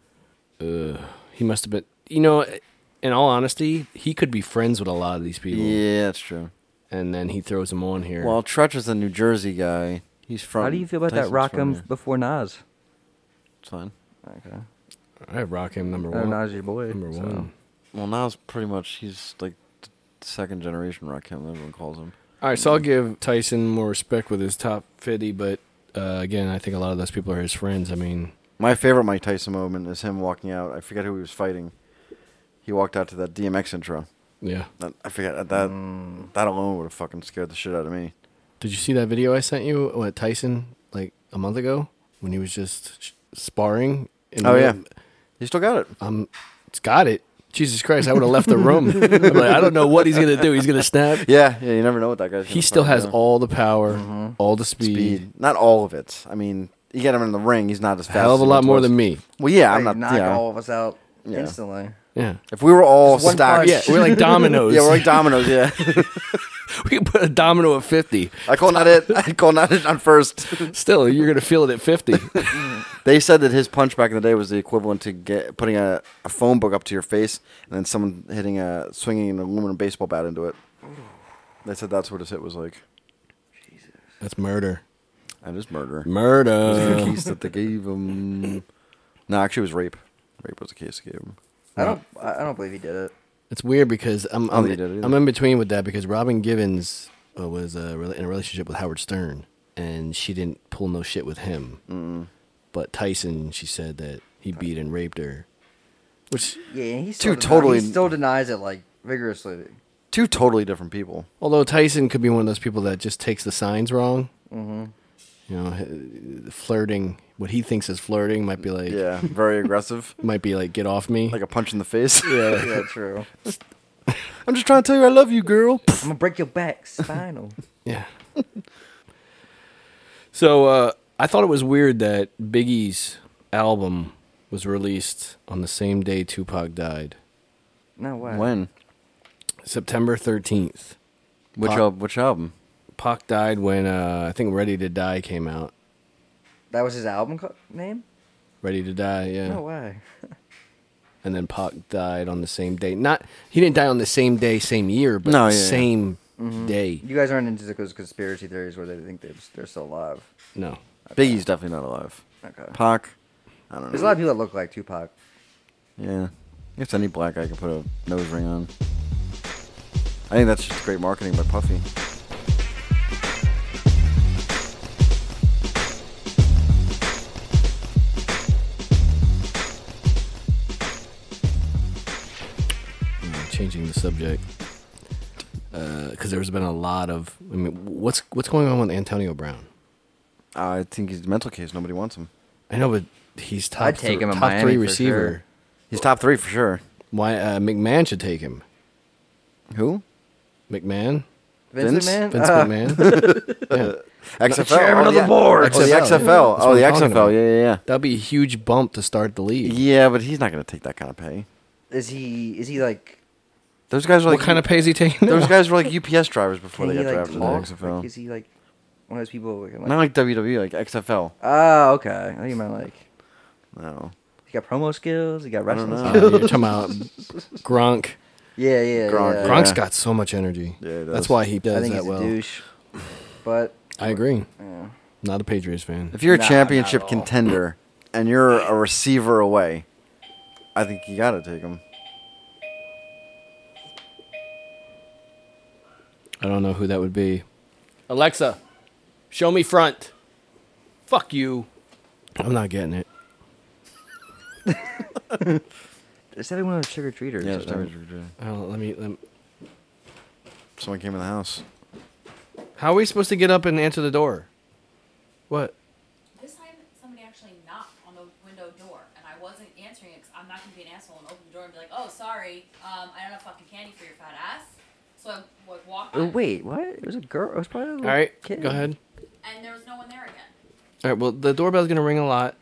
[SPEAKER 1] He must have been. You know, in all honesty, he could be friends with a lot of these people,
[SPEAKER 2] Yeah, that's true.
[SPEAKER 1] and then he throws them on here.
[SPEAKER 2] Well, Tretch is a New Jersey guy. He's from.
[SPEAKER 3] How do you feel about
[SPEAKER 2] Tyson's
[SPEAKER 3] that
[SPEAKER 2] from
[SPEAKER 3] Rock'em
[SPEAKER 2] here.
[SPEAKER 3] before Nas?
[SPEAKER 2] It's fine.
[SPEAKER 3] Okay,
[SPEAKER 1] I have Rakim number
[SPEAKER 3] oh,
[SPEAKER 1] one.
[SPEAKER 3] Nas your boy.
[SPEAKER 1] number
[SPEAKER 3] so.
[SPEAKER 1] one.
[SPEAKER 2] Well, now's pretty much he's like the second generation Rakim. Everyone calls him.
[SPEAKER 1] All right, so I'll give Tyson more respect with his top fifty, but uh, again, I think a lot of those people are his friends. I mean,
[SPEAKER 2] My favorite Mike Tyson moment is him walking out. I forget who he was fighting. He walked out to that DMX intro.
[SPEAKER 1] yeah.
[SPEAKER 2] That- I forget that.
[SPEAKER 3] Mm.
[SPEAKER 2] That alone would have fucking scared the shit out of me.
[SPEAKER 1] Did you see that video I sent you? What Tyson like a month ago when he was just sh- sparring? in
[SPEAKER 2] Oh
[SPEAKER 1] the-
[SPEAKER 2] yeah, he still got it.
[SPEAKER 1] I'm it's got it. Jesus Christ, I would have left the room. I'm like, I don't know what he's gonna do. He's gonna snap.
[SPEAKER 2] Yeah, yeah. You never know what that guy's.
[SPEAKER 1] He
[SPEAKER 2] gonna
[SPEAKER 1] still
[SPEAKER 2] fucking
[SPEAKER 1] has
[SPEAKER 2] do.
[SPEAKER 1] all the power, all the speed.
[SPEAKER 2] Mm-hmm. speed. Not all of it. I mean, you get him in the ring, he's not as fast.
[SPEAKER 1] Hell of a
[SPEAKER 2] as he
[SPEAKER 1] lot more
[SPEAKER 2] was.
[SPEAKER 1] than me.
[SPEAKER 2] Well, yeah,
[SPEAKER 3] i
[SPEAKER 2] I'm not.
[SPEAKER 3] knock
[SPEAKER 2] yeah.
[SPEAKER 3] all of us out
[SPEAKER 2] Yeah.
[SPEAKER 3] instantly.
[SPEAKER 1] Yeah.
[SPEAKER 2] If we were all
[SPEAKER 3] Just one
[SPEAKER 2] stacked,
[SPEAKER 3] punch.
[SPEAKER 1] Yeah, we're like dominoes.
[SPEAKER 2] yeah, we're like dominoes. Yeah,
[SPEAKER 1] we can put a domino at fifty.
[SPEAKER 2] I call not it. I call not it on first.
[SPEAKER 1] Still, you're gonna feel it at fifty.
[SPEAKER 2] They said that his punch back in the day was the equivalent to get putting a, a phone book up to your face and then someone hitting a swinging an aluminum baseball bat into it. They said that's what his hit was like.
[SPEAKER 1] That's murder.
[SPEAKER 2] And it's murder. Those are the
[SPEAKER 1] Murder.
[SPEAKER 2] keys that they gave him. No, actually, it was rape. Rape was the case they gave him.
[SPEAKER 3] I don't. I I don't believe he did it.
[SPEAKER 1] It's weird because I'm
[SPEAKER 2] I don't
[SPEAKER 1] I'm,
[SPEAKER 2] think he did either.
[SPEAKER 1] I'm in between with that because Robin Givens uh, was uh, rela- in a relationship with Howard Stern and she didn't pull no shit with him. But Tyson, she said that he beat and raped her, which
[SPEAKER 3] Yeah, and he still
[SPEAKER 2] Two
[SPEAKER 3] deni-
[SPEAKER 2] totally-
[SPEAKER 3] He still denies it like vigorously.
[SPEAKER 2] Two totally different people.
[SPEAKER 1] although Tyson could be one of those people that just takes the signs wrong.
[SPEAKER 2] Mm-hmm.
[SPEAKER 1] You know, h- flirting what he thinks is flirting might be like
[SPEAKER 2] Yeah, very aggressive.
[SPEAKER 1] might be like get off me.
[SPEAKER 2] Like a punch in the face.
[SPEAKER 3] yeah, true.
[SPEAKER 2] I'm just trying to tell you I love you, girl.
[SPEAKER 3] I'm gonna break your back, spinal.
[SPEAKER 1] Yeah. so uh, I thought it was weird that Biggie's album was released on the same day Tupac died,
[SPEAKER 3] No way.
[SPEAKER 2] When?
[SPEAKER 1] September 13th.
[SPEAKER 2] Which
[SPEAKER 1] Pop-
[SPEAKER 2] al- which album?
[SPEAKER 1] Pac died when uh, I think Ready to Die came out.
[SPEAKER 3] That was his album co- name?
[SPEAKER 1] Ready to Die, yeah.
[SPEAKER 3] No way.
[SPEAKER 1] And then Pac died on the same day. Not he didn't die on the same day, same year, but
[SPEAKER 2] No, yeah, Mm-hmm. yeah.
[SPEAKER 1] same day.
[SPEAKER 3] You guys aren't into those conspiracy theories where they think they're, they're still alive.
[SPEAKER 1] No.
[SPEAKER 2] Biggie's definitely not alive.
[SPEAKER 3] Okay.
[SPEAKER 2] Pac. I don't know.
[SPEAKER 3] There's a lot of people that look like Tupac.
[SPEAKER 2] Yeah. I guess any black guy can put a nose ring on. I think that's just great marketing by Puffy.
[SPEAKER 1] Mm, Changing the subject. Because there's been a lot of, I mean, what's what's going on with Antonio Brown?
[SPEAKER 2] I think he's a mental case. Nobody wants him.
[SPEAKER 1] I know, but he's top,
[SPEAKER 3] I'd take
[SPEAKER 1] thr-
[SPEAKER 3] him in
[SPEAKER 1] top
[SPEAKER 3] Miami
[SPEAKER 1] three
[SPEAKER 3] for
[SPEAKER 1] receiver.
[SPEAKER 3] sure.
[SPEAKER 2] He's top three for sure.
[SPEAKER 1] Why uh, McMahon should take him?
[SPEAKER 2] Who?
[SPEAKER 1] McMahon,
[SPEAKER 3] Vince,
[SPEAKER 2] Vince?
[SPEAKER 3] McMahon?
[SPEAKER 1] Vince
[SPEAKER 3] Uh,
[SPEAKER 1] McMahon. yeah.
[SPEAKER 2] XFL.
[SPEAKER 3] chairman
[SPEAKER 2] oh,
[SPEAKER 3] of the
[SPEAKER 2] yeah.
[SPEAKER 3] board.
[SPEAKER 2] Oh, the
[SPEAKER 1] XFL.
[SPEAKER 2] XFL.
[SPEAKER 1] That's what
[SPEAKER 2] Oh, the
[SPEAKER 1] I'm talking about.
[SPEAKER 2] XFL. Yeah, yeah,
[SPEAKER 1] That'd be a huge bump to start the
[SPEAKER 2] yeah.
[SPEAKER 1] league.
[SPEAKER 2] Yeah, but he's not going to take that kind of pay.
[SPEAKER 3] Is he is he like
[SPEAKER 2] Those guys are
[SPEAKER 1] What
[SPEAKER 2] like
[SPEAKER 1] kind of pays he taking?
[SPEAKER 2] those
[SPEAKER 1] now?
[SPEAKER 2] guys were like UPS drivers before
[SPEAKER 3] can
[SPEAKER 2] they
[SPEAKER 3] he
[SPEAKER 2] got
[SPEAKER 3] like
[SPEAKER 2] drafted to
[SPEAKER 3] talk?
[SPEAKER 2] the
[SPEAKER 3] Like,
[SPEAKER 2] XFL.
[SPEAKER 3] is he like One of those people. Where, like,
[SPEAKER 2] Not like WWE, like XFL.
[SPEAKER 3] oh, okay. I think you meant like
[SPEAKER 2] No.
[SPEAKER 3] you got promo skills. You got
[SPEAKER 2] don't
[SPEAKER 3] wrestling
[SPEAKER 2] know.
[SPEAKER 3] skills.
[SPEAKER 1] Uh, you're talking about Gronk.
[SPEAKER 3] Yeah, yeah,
[SPEAKER 2] Gronk.
[SPEAKER 3] yeah.
[SPEAKER 1] Gronk's
[SPEAKER 2] Yeah.
[SPEAKER 1] got so much energy.
[SPEAKER 2] Yeah, he
[SPEAKER 1] that's
[SPEAKER 2] does.
[SPEAKER 1] why he does
[SPEAKER 3] I think
[SPEAKER 1] that
[SPEAKER 3] he's
[SPEAKER 1] well.
[SPEAKER 3] a douche. But
[SPEAKER 1] I agree.
[SPEAKER 3] yeah.
[SPEAKER 1] Not a Patriots fan.
[SPEAKER 2] If you're a
[SPEAKER 3] Nah, not
[SPEAKER 2] championship
[SPEAKER 3] at all.
[SPEAKER 2] contender and you're a receiver away, I think you got to take him.
[SPEAKER 1] I don't know who that would be. Alexa, show me front. Fuck you. I'm not getting it.
[SPEAKER 3] is that one of those trick or treaters?
[SPEAKER 2] Yeah, E. someone
[SPEAKER 1] Oh, let me, let me-
[SPEAKER 2] came in the house.
[SPEAKER 1] How are we supposed to get up and answer the door? What?
[SPEAKER 4] This time, somebody actually knocked on the window door, and I wasn't answering it 'cause I'm not gonna be an asshole and open the door and be like, "Oh, sorry, um, I don't have fucking candy for your fat ass." So I w- walked,
[SPEAKER 3] Oh,
[SPEAKER 4] in,
[SPEAKER 3] wait, what? It was a girl. It was probably a
[SPEAKER 1] All
[SPEAKER 3] little
[SPEAKER 1] right,
[SPEAKER 3] kid.
[SPEAKER 1] go ahead.
[SPEAKER 4] and there was no one there again.
[SPEAKER 1] All right, well, the doorbell's going to ring a lot.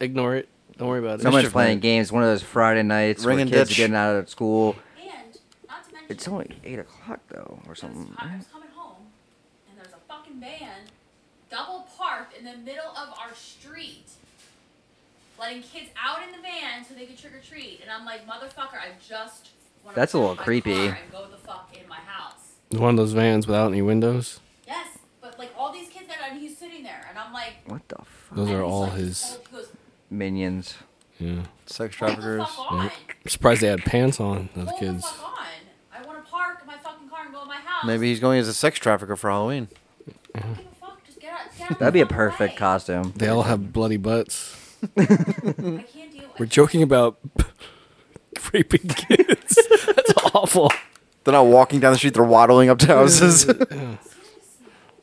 [SPEAKER 1] Ignore it. Don't worry about it.
[SPEAKER 3] Someone's
[SPEAKER 2] Mischief
[SPEAKER 3] playing
[SPEAKER 2] night.
[SPEAKER 3] games. One of those Friday nights
[SPEAKER 2] Ring
[SPEAKER 3] where
[SPEAKER 2] and
[SPEAKER 3] kids
[SPEAKER 2] ditch.
[SPEAKER 3] are getting out of school.
[SPEAKER 4] And not to mention,
[SPEAKER 3] It's only eight o'clock though, or
[SPEAKER 4] I, was,
[SPEAKER 3] something.
[SPEAKER 4] I was coming home, and there was a fucking van double parked in the middle of our street, letting kids out in the van so they could trick or treat. And I'm like, motherfucker, I just. wanna
[SPEAKER 3] That's a
[SPEAKER 4] get
[SPEAKER 3] little
[SPEAKER 4] in my
[SPEAKER 3] creepy.
[SPEAKER 4] car And go the fuck in my house.
[SPEAKER 1] One of those vans without any windows.
[SPEAKER 4] Yes, but like all these kids got out, and he's sitting there, and I'm like.
[SPEAKER 3] What the fuck?
[SPEAKER 1] Those
[SPEAKER 4] and
[SPEAKER 1] are
[SPEAKER 4] he's,
[SPEAKER 1] all
[SPEAKER 4] like,
[SPEAKER 1] his.
[SPEAKER 4] old- He goes,
[SPEAKER 3] Minions.
[SPEAKER 1] Yeah.
[SPEAKER 2] Sex
[SPEAKER 4] "Hold the
[SPEAKER 2] traffickers.
[SPEAKER 4] fuck on!
[SPEAKER 1] I'm surprised they had pants on, those
[SPEAKER 4] Hold the
[SPEAKER 1] kids.
[SPEAKER 4] fuck on! I want to park my fucking car and go in my house.
[SPEAKER 2] Maybe he's going as a sex trafficker for Halloween.
[SPEAKER 4] I don't give a fuck. Just get out, get out of
[SPEAKER 3] That'd be
[SPEAKER 4] my
[SPEAKER 3] a
[SPEAKER 4] fucking
[SPEAKER 3] perfect
[SPEAKER 4] way.
[SPEAKER 3] costume.
[SPEAKER 1] They all have bloody butts.
[SPEAKER 4] I can't deal.
[SPEAKER 1] We're
[SPEAKER 4] with
[SPEAKER 1] joking about raping kids. That's awful.
[SPEAKER 2] They're not walking down the street, they're waddling up to houses.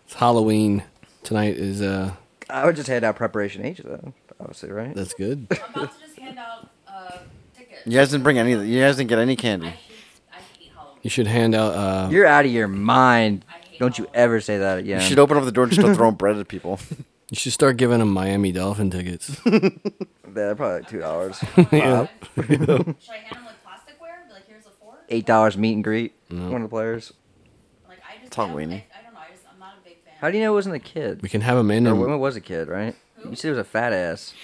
[SPEAKER 1] It's Halloween. Tonight is uh
[SPEAKER 3] I would just hand out preparation H though, obviously, right?
[SPEAKER 1] that's good.
[SPEAKER 4] I'm about to just hand out uh, tickets.
[SPEAKER 2] you guys didn't bring any, you guys didn't get any
[SPEAKER 4] I
[SPEAKER 2] candy.
[SPEAKER 4] hate, I hate Halloween.
[SPEAKER 1] You should hand out uh
[SPEAKER 3] You're out of your mind.
[SPEAKER 4] I hate
[SPEAKER 3] Don't you
[SPEAKER 4] Halloween.
[SPEAKER 3] ever say that
[SPEAKER 2] You
[SPEAKER 3] again.
[SPEAKER 2] should open up the door and just start throwing bread at people.
[SPEAKER 1] you should start giving them Miami Dolphin tickets.
[SPEAKER 3] They're probably like two dollars.
[SPEAKER 1] yeah.
[SPEAKER 4] Should I hand them like plasticware? Be like, here's a fork.
[SPEAKER 3] Eight dollars meet and greet. One of the players.
[SPEAKER 4] Like, I just.
[SPEAKER 2] It's
[SPEAKER 4] I don't-
[SPEAKER 2] Halloweeny.
[SPEAKER 4] I, I don't know. I just, I'm not a big fan.
[SPEAKER 3] How do you know it wasn't a kid?
[SPEAKER 1] We can have them in
[SPEAKER 3] Or
[SPEAKER 1] and
[SPEAKER 3] when it was a kid, right? You said it was a fat ass.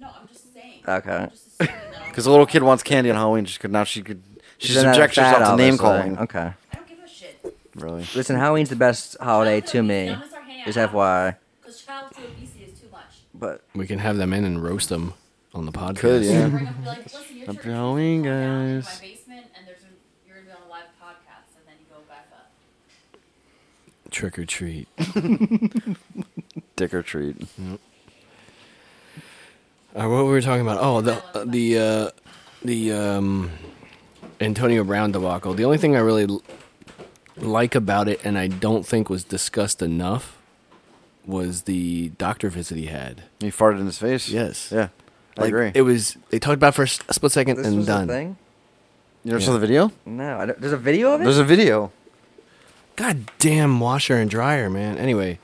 [SPEAKER 4] No, I'm just saying.
[SPEAKER 3] Okay.
[SPEAKER 4] I'm just assuming that I'm-
[SPEAKER 2] Because the little kid wants candy on Halloween, she could now she could she
[SPEAKER 3] Then that
[SPEAKER 2] subjects
[SPEAKER 3] fat,
[SPEAKER 2] herself to name
[SPEAKER 3] obviously.
[SPEAKER 2] calling.
[SPEAKER 3] Okay.
[SPEAKER 4] I don't give a shit.
[SPEAKER 2] Really?
[SPEAKER 3] Listen, Halloween's the best holiday to me. Is FYI.
[SPEAKER 4] Because child to obesity is too much.
[SPEAKER 3] But
[SPEAKER 1] we can have them in and roast them on the podcast.
[SPEAKER 2] Could, yeah.
[SPEAKER 4] Bring them, be like, listen, your
[SPEAKER 2] Happy
[SPEAKER 4] trick or treat's
[SPEAKER 2] Halloween,
[SPEAKER 4] going down in
[SPEAKER 2] guys.
[SPEAKER 4] My basement, and there's a, you're gonna be on a live podcast, and then you go back up.
[SPEAKER 1] Trick or treat.
[SPEAKER 2] Dick or treat.
[SPEAKER 1] Uh, what were we talking about? Oh, the uh, the uh, the um, Antonio Brown debacle. The only thing I really l- like about it, and I don't think was discussed enough, was the doctor visit he had.
[SPEAKER 2] He farted in his face.
[SPEAKER 1] Yes.
[SPEAKER 2] Yeah. I
[SPEAKER 1] Like,
[SPEAKER 2] agree.
[SPEAKER 1] It was they talked about it for a s- a split second
[SPEAKER 3] this
[SPEAKER 1] and
[SPEAKER 3] was
[SPEAKER 1] done.
[SPEAKER 3] a thing.
[SPEAKER 2] you never saw the video?
[SPEAKER 3] No, I don't, there's a video of it.
[SPEAKER 2] There's a video.
[SPEAKER 1] God damn washer and dryer, man. Anyway,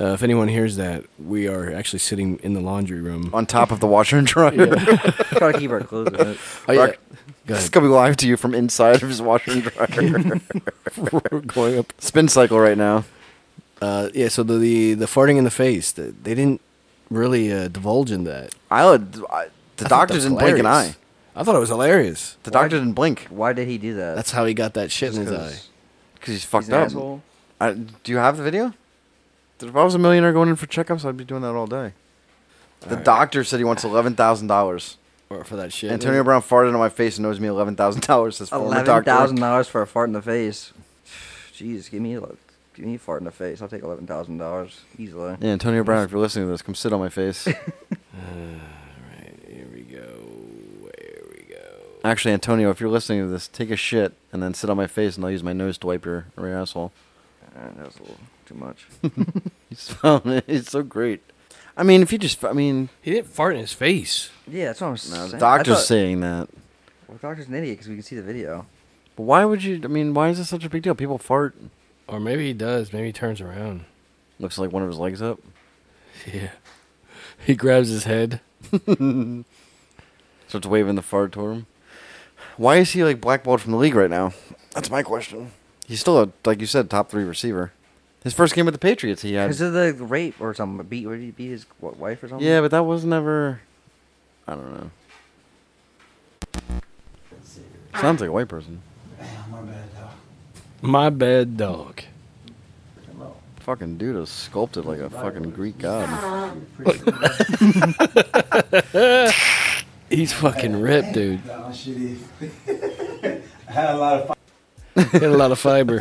[SPEAKER 1] uh, if anyone hears that, we are actually sitting in the laundry room.
[SPEAKER 2] on top of the washer and dryer.
[SPEAKER 3] Gotta keep our clothes. in it.
[SPEAKER 1] Oh, yeah.
[SPEAKER 2] Rock-
[SPEAKER 1] Go
[SPEAKER 2] It's
[SPEAKER 1] ahead.
[SPEAKER 2] coming live to you from inside of his washer and dryer.
[SPEAKER 1] We're going up
[SPEAKER 2] Spin cycle right now.
[SPEAKER 1] Uh, yeah, so the, the the farting in the face, the, they didn't really uh, divulge in that.
[SPEAKER 2] I would. I, the
[SPEAKER 1] I thought
[SPEAKER 2] doctor
[SPEAKER 1] that was
[SPEAKER 2] didn't blink an eye.
[SPEAKER 1] hilarious. I thought it was hilarious.
[SPEAKER 2] The
[SPEAKER 3] Why-
[SPEAKER 2] doctor didn't blink
[SPEAKER 3] Why did he do that?
[SPEAKER 1] That's how he got that shit in his eye.
[SPEAKER 3] 'Cause
[SPEAKER 2] because he's
[SPEAKER 3] he's
[SPEAKER 2] fucked
[SPEAKER 3] an
[SPEAKER 2] up.
[SPEAKER 3] asshole.
[SPEAKER 2] I, do you have the video? If I was a millionaire going in for checkups, I'd be doing that all day. The doctor said he wants eleven thousand dollars.
[SPEAKER 1] Or for that shit.
[SPEAKER 2] Antonio Brown farted on my face and owes me eleven thousand dollars. This former
[SPEAKER 3] Eleven thousand
[SPEAKER 2] doctor.
[SPEAKER 3] dollars for a fart in the face. Jeez, give me a look. Give me a fart in the face. I'll take eleven thousand dollars easily.
[SPEAKER 2] Yeah, Antonio Brown, if you're listening to this, come sit on my face.
[SPEAKER 1] Here we go. Here we go.
[SPEAKER 2] Actually, Antonio, if you're listening to this, take a shit and then sit on my face, and I'll use my nose to wipe your, your asshole.
[SPEAKER 3] Uh, that was a little too much.
[SPEAKER 2] He's found it. It's so great. I mean, if you just, I mean,
[SPEAKER 1] He didn't fart in his face.
[SPEAKER 3] yeah, that's what I'm
[SPEAKER 2] no,
[SPEAKER 3] saying.
[SPEAKER 2] the
[SPEAKER 3] I
[SPEAKER 2] doctor's
[SPEAKER 3] thought-
[SPEAKER 2] saying that.
[SPEAKER 3] Well, the doctor's an idiot because we can see the video.
[SPEAKER 2] But why would you? I mean, why is this such a big deal? People fart.
[SPEAKER 1] Or maybe he does. Maybe he turns around.
[SPEAKER 2] Looks like one of his legs up.
[SPEAKER 1] Yeah. He grabs his head.
[SPEAKER 2] Starts waving the fart toward him. Why is he like blackballed from the league right now? That's my question. He's still a, like you said, top three receiver. His first game with the Patriots, he had.
[SPEAKER 3] Because of the rape or something. Beat, what, did he beat his what, wife or something?
[SPEAKER 2] Yeah, but that was never. I don't know. Sounds like a white person.
[SPEAKER 5] My bad, dog.
[SPEAKER 1] My bad dog.
[SPEAKER 5] Hello.
[SPEAKER 2] Fucking dude is sculpted like a fucking Greek god.
[SPEAKER 5] You appreciate that.
[SPEAKER 1] He's fucking ripped, dude.
[SPEAKER 5] No, shit is. I had a lot of fun.
[SPEAKER 1] Got a lot of fiber.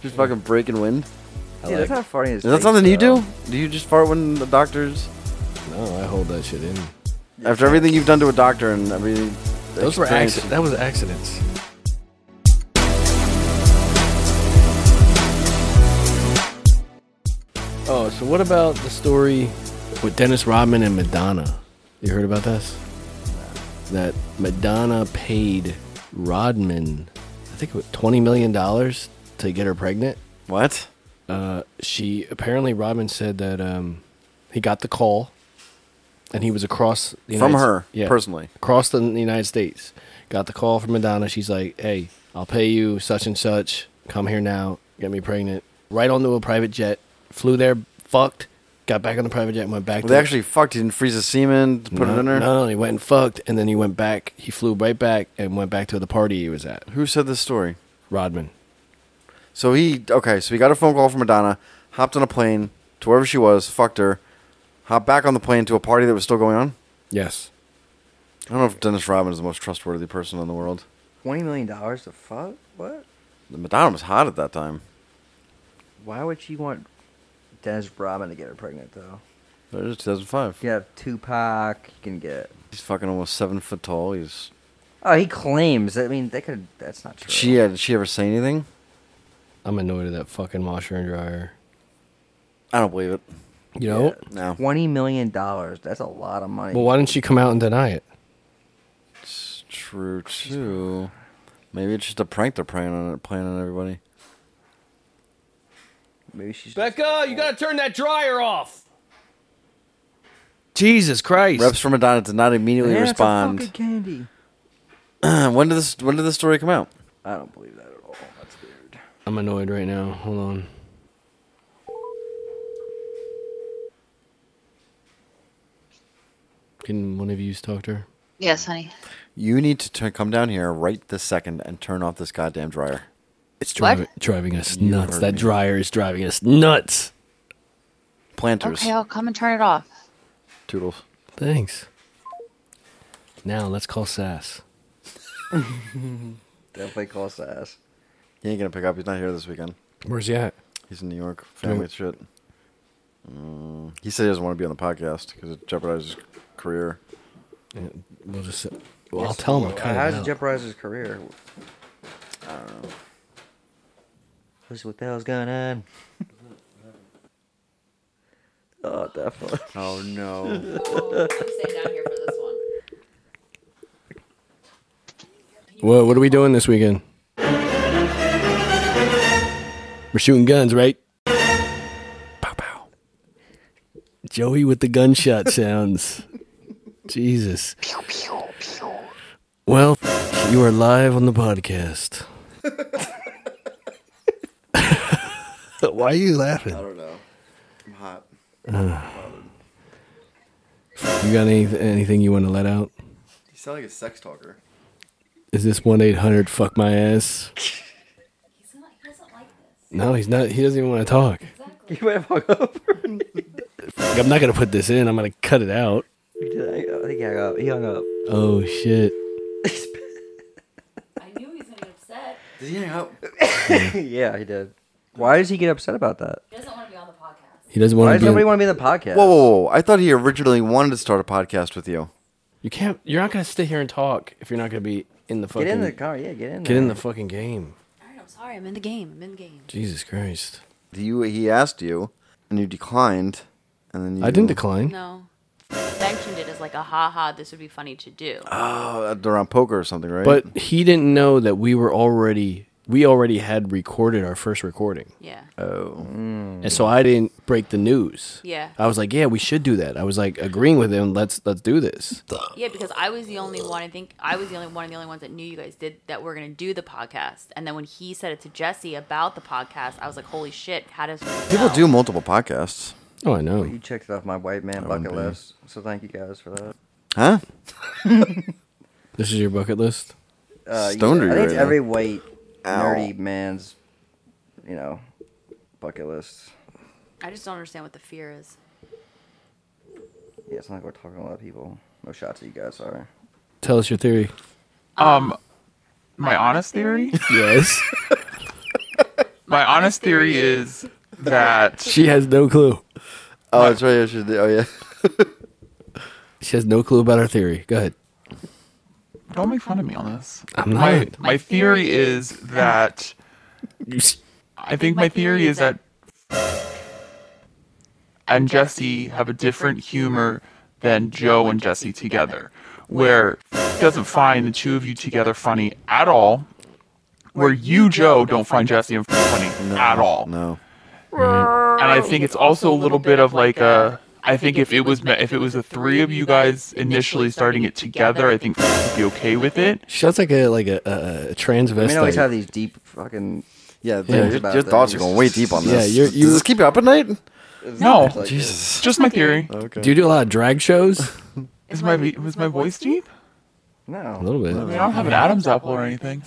[SPEAKER 2] Just fucking breaking wind.
[SPEAKER 3] Dude, that's not funny.
[SPEAKER 2] Is that something you do? Do you just fart when the doctors?
[SPEAKER 1] No, I hold that shit in.
[SPEAKER 2] After everything you've done to a doctor and everything.
[SPEAKER 1] Those were
[SPEAKER 2] experience-
[SPEAKER 1] accidents. That was accidents. Oh, so what about the story with Dennis Rodman and Madonna? You heard about this? That Madonna paid Rodman, I think it was twenty million dollars to get her pregnant.
[SPEAKER 2] What?
[SPEAKER 1] Uh, she apparently Rodman said that um, he got the call, and he was across the
[SPEAKER 2] From
[SPEAKER 1] United-
[SPEAKER 2] her, personally.
[SPEAKER 1] across the, the United States. Got the call from Madonna. She's like, "Hey, I'll pay you such and such. Come here now. Get me pregnant." Right onto a private jet. Flew there, fucked, got back on the private jet, and went back.
[SPEAKER 2] Well,
[SPEAKER 1] to
[SPEAKER 2] they actually fucked. He didn't freeze the semen, put
[SPEAKER 1] no,
[SPEAKER 2] it in there.
[SPEAKER 1] No, he went and fucked, and then he went back. He flew right back and went back to the party he was at.
[SPEAKER 2] Who said this story?
[SPEAKER 1] Rodman.
[SPEAKER 2] So he okay. So he got a phone call from Madonna, hopped on a plane to wherever she was, fucked her, hopped back on the plane to a party that was still going on.
[SPEAKER 1] Yes.
[SPEAKER 2] I don't know if Dennis Rodman is the most trustworthy person in the world.
[SPEAKER 3] Twenty million dollars to fuck? What?
[SPEAKER 2] Madonna was hot at that time.
[SPEAKER 3] Why would she want Dennis Rodman to get her pregnant though?
[SPEAKER 2] It is 2005.
[SPEAKER 3] You have Tupac. You can get.
[SPEAKER 2] He's fucking almost seven foot tall. He's.
[SPEAKER 3] Oh, he claims. I mean, that could. That's not true.
[SPEAKER 2] She yeah, did she ever say anything?
[SPEAKER 1] I'm annoyed at that fucking washer and dryer.
[SPEAKER 2] I don't believe it.
[SPEAKER 1] You know?
[SPEAKER 2] No.
[SPEAKER 3] Twenty million dollars. That's a lot of money.
[SPEAKER 1] Well, why didn't she come out and deny it?
[SPEAKER 2] It's true too. Maybe it's just a prank they're playing on playing on everybody.
[SPEAKER 3] Maybe she's.
[SPEAKER 1] you gotta turn that dryer off. Jesus Christ!
[SPEAKER 2] Reps from Madonna did not immediately
[SPEAKER 3] Yeah, it's a fucking
[SPEAKER 2] respond.
[SPEAKER 3] candy.
[SPEAKER 2] when did this When did this story come out?
[SPEAKER 3] I don't believe that at all. That's weird.
[SPEAKER 1] I'm annoyed right now. Hold on. Can one of you talk to her?
[SPEAKER 4] Yes, honey.
[SPEAKER 2] You need to turn, come down here right this second and turn off this goddamn dryer.
[SPEAKER 1] It's
[SPEAKER 4] What?
[SPEAKER 1] driving driving us
[SPEAKER 2] You
[SPEAKER 1] nuts.
[SPEAKER 2] heard
[SPEAKER 1] That
[SPEAKER 2] me.
[SPEAKER 1] dryer is driving us nuts.
[SPEAKER 2] Planters.
[SPEAKER 4] Okay, I'll come and turn it off.
[SPEAKER 2] Toodles.
[SPEAKER 1] Thanks. Now let's call Sass.
[SPEAKER 3] Definitely calls ass.
[SPEAKER 2] He ain't gonna pick up. He's not here this weekend.
[SPEAKER 1] Where's he at?
[SPEAKER 2] He's in New York. Family shit. Mm, he said he doesn't want to be on the podcast because it jeopardizes his career.
[SPEAKER 1] We'll just. Well, I'll tell him. I'll cut
[SPEAKER 3] How
[SPEAKER 1] it
[SPEAKER 3] does it
[SPEAKER 1] out.
[SPEAKER 3] jeopardize his career? I don't know. What's what the hell's going on? oh, definitely.
[SPEAKER 2] Oh no.
[SPEAKER 6] Oh, I'm staying down here for this one.
[SPEAKER 1] Whoa, what are we doing this weekend? We're shooting guns, right? Pow pow. Joey with the gunshot sounds. Jesus. Well, you are live on the podcast. Why are you laughing?
[SPEAKER 2] don't know. I'm hot.
[SPEAKER 1] You got any, anything you want to let out?
[SPEAKER 2] You sound like a sex talker.
[SPEAKER 1] Is this 1 800 fuck my ass?
[SPEAKER 6] He's not, he doesn't like this.
[SPEAKER 1] No, he's not. He doesn't even want to talk.
[SPEAKER 3] You might have hung up.
[SPEAKER 1] I'm not going to put this in. I'm going to cut it out.
[SPEAKER 3] Did I, I think he hung up. He hung up.
[SPEAKER 1] Oh, shit.
[SPEAKER 6] I knew he was going to be upset.
[SPEAKER 2] Did he hang up?
[SPEAKER 3] yeah, he did. Why does he get upset about that?
[SPEAKER 6] He doesn't want to be on the podcast.
[SPEAKER 1] He doesn't
[SPEAKER 3] Why
[SPEAKER 1] want
[SPEAKER 3] does
[SPEAKER 1] to be.
[SPEAKER 3] nobody
[SPEAKER 1] on-
[SPEAKER 3] want to be in the podcast?
[SPEAKER 2] Whoa, whoa, whoa! I thought he originally wanted to start a podcast with you.
[SPEAKER 1] you can't. You're not gonna sit here and talk if you're not gonna be in the fucking.
[SPEAKER 3] Get in the car. Yeah, get in.
[SPEAKER 1] get in
[SPEAKER 3] there.
[SPEAKER 1] the fucking game.
[SPEAKER 4] All right, I'm sorry. I'm in the game. I'm in the game.
[SPEAKER 1] Jesus Christ!
[SPEAKER 2] You, he asked you, and you declined, and then you,
[SPEAKER 1] I didn't decline.
[SPEAKER 7] Mm.
[SPEAKER 4] No. I mentioned it as like a ha ha. This would be funny to do.
[SPEAKER 7] Uh,
[SPEAKER 2] Oh, they're on poker or something, right?
[SPEAKER 1] But he didn't know that we were already we already had recorded our first recording.
[SPEAKER 4] Yeah.
[SPEAKER 7] uh,
[SPEAKER 1] And so I didn't break the news.
[SPEAKER 4] Yeah.
[SPEAKER 7] uh.
[SPEAKER 1] I was like, yeah, we should do that. I was like agreeing with him, let's let's do this.
[SPEAKER 4] Yeah, because I was the only one. I think I was the only one of the only ones that knew you guys did that were going to do the podcast. And then when he said it to Jesse about the podcast, I was like, "Holy shit! How does
[SPEAKER 2] People do multiple podcasts.
[SPEAKER 1] Oh, I know.
[SPEAKER 3] You checked it off my white man bucket
[SPEAKER 2] be.
[SPEAKER 3] list. So thank you guys for that.
[SPEAKER 2] Huh?
[SPEAKER 1] This is your bucket list.
[SPEAKER 3] Uh, yeah,
[SPEAKER 2] Stoned are
[SPEAKER 3] I
[SPEAKER 2] you
[SPEAKER 3] think it's
[SPEAKER 2] right now?
[SPEAKER 3] every white
[SPEAKER 2] Ow.
[SPEAKER 3] nerdy man's, you know, bucket list.
[SPEAKER 4] I just don't understand what the fear is."
[SPEAKER 3] Yeah, it's not like we're talking to a lot of people. No shots at you guys, sorry.
[SPEAKER 1] Tell us your theory.
[SPEAKER 7] Um, my honest theory.
[SPEAKER 1] Yes.
[SPEAKER 7] My honest theory is that
[SPEAKER 1] she has no clue.
[SPEAKER 2] Oh, that's right. I should. Oh, yeah.
[SPEAKER 1] She has no clue about her theory. Go ahead.
[SPEAKER 7] don't make fun of me on this.
[SPEAKER 1] I'm
[SPEAKER 7] My
[SPEAKER 1] not.
[SPEAKER 7] my theory is that
[SPEAKER 1] You s-
[SPEAKER 7] I think my theory is that and Jesse have a different humor than Joe and Jesse together, where he doesn't find the two of you together funny at all, where you Joe don't find Jesse and funny at all.
[SPEAKER 2] No.
[SPEAKER 7] and I think it's also a little bit of like a. I think if it was me- if it was the three of you guys initially starting it together, I think I'd be okay with it.
[SPEAKER 1] She sounds like a like a, a, a
[SPEAKER 3] I
[SPEAKER 1] transvestite.
[SPEAKER 3] mean, I always have these deep fucking.
[SPEAKER 2] Yeah.
[SPEAKER 1] Yeah.
[SPEAKER 2] Your, your thoughts are going way deep on this.
[SPEAKER 1] Yeah, you're- you-
[SPEAKER 2] Does this keep you up at night?
[SPEAKER 7] No,
[SPEAKER 3] It's like-
[SPEAKER 1] Jesus.
[SPEAKER 7] just my theory.
[SPEAKER 2] Okay.
[SPEAKER 1] Do you do a lot of drag shows?
[SPEAKER 7] Is my was my voice deep?
[SPEAKER 3] No.
[SPEAKER 1] a little
[SPEAKER 7] I
[SPEAKER 1] bit.
[SPEAKER 7] mean, I don't have an Adam's apple or anything.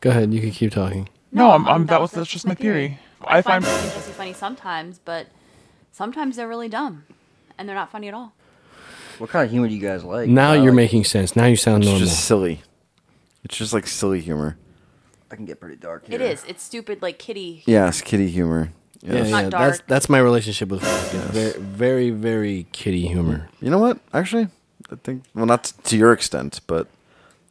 [SPEAKER 1] Go ahead. You can keep talking.
[SPEAKER 7] No, I'm, I'm that was that's just my theory. I find
[SPEAKER 4] Jesse and Jesse funny sometimes, but sometimes they're really dumb, and they're not funny at all.
[SPEAKER 3] What kind of humor do you guys like?
[SPEAKER 1] Now
[SPEAKER 3] Uh,
[SPEAKER 1] you're
[SPEAKER 3] like,
[SPEAKER 1] making sense. Now you sound
[SPEAKER 2] It's
[SPEAKER 1] normal.
[SPEAKER 2] just silly. It's just like silly humor.
[SPEAKER 3] I can get pretty dark here.
[SPEAKER 4] It is. It's stupid, like kitty.
[SPEAKER 2] Yes, kitty humor.
[SPEAKER 1] yeah,
[SPEAKER 2] Yes.
[SPEAKER 1] yeah.
[SPEAKER 4] Not
[SPEAKER 1] That's
[SPEAKER 4] dark.
[SPEAKER 1] that's my relationship with very, very very kitty humor.
[SPEAKER 2] You know what? Actually, I think well, not t- to your extent, but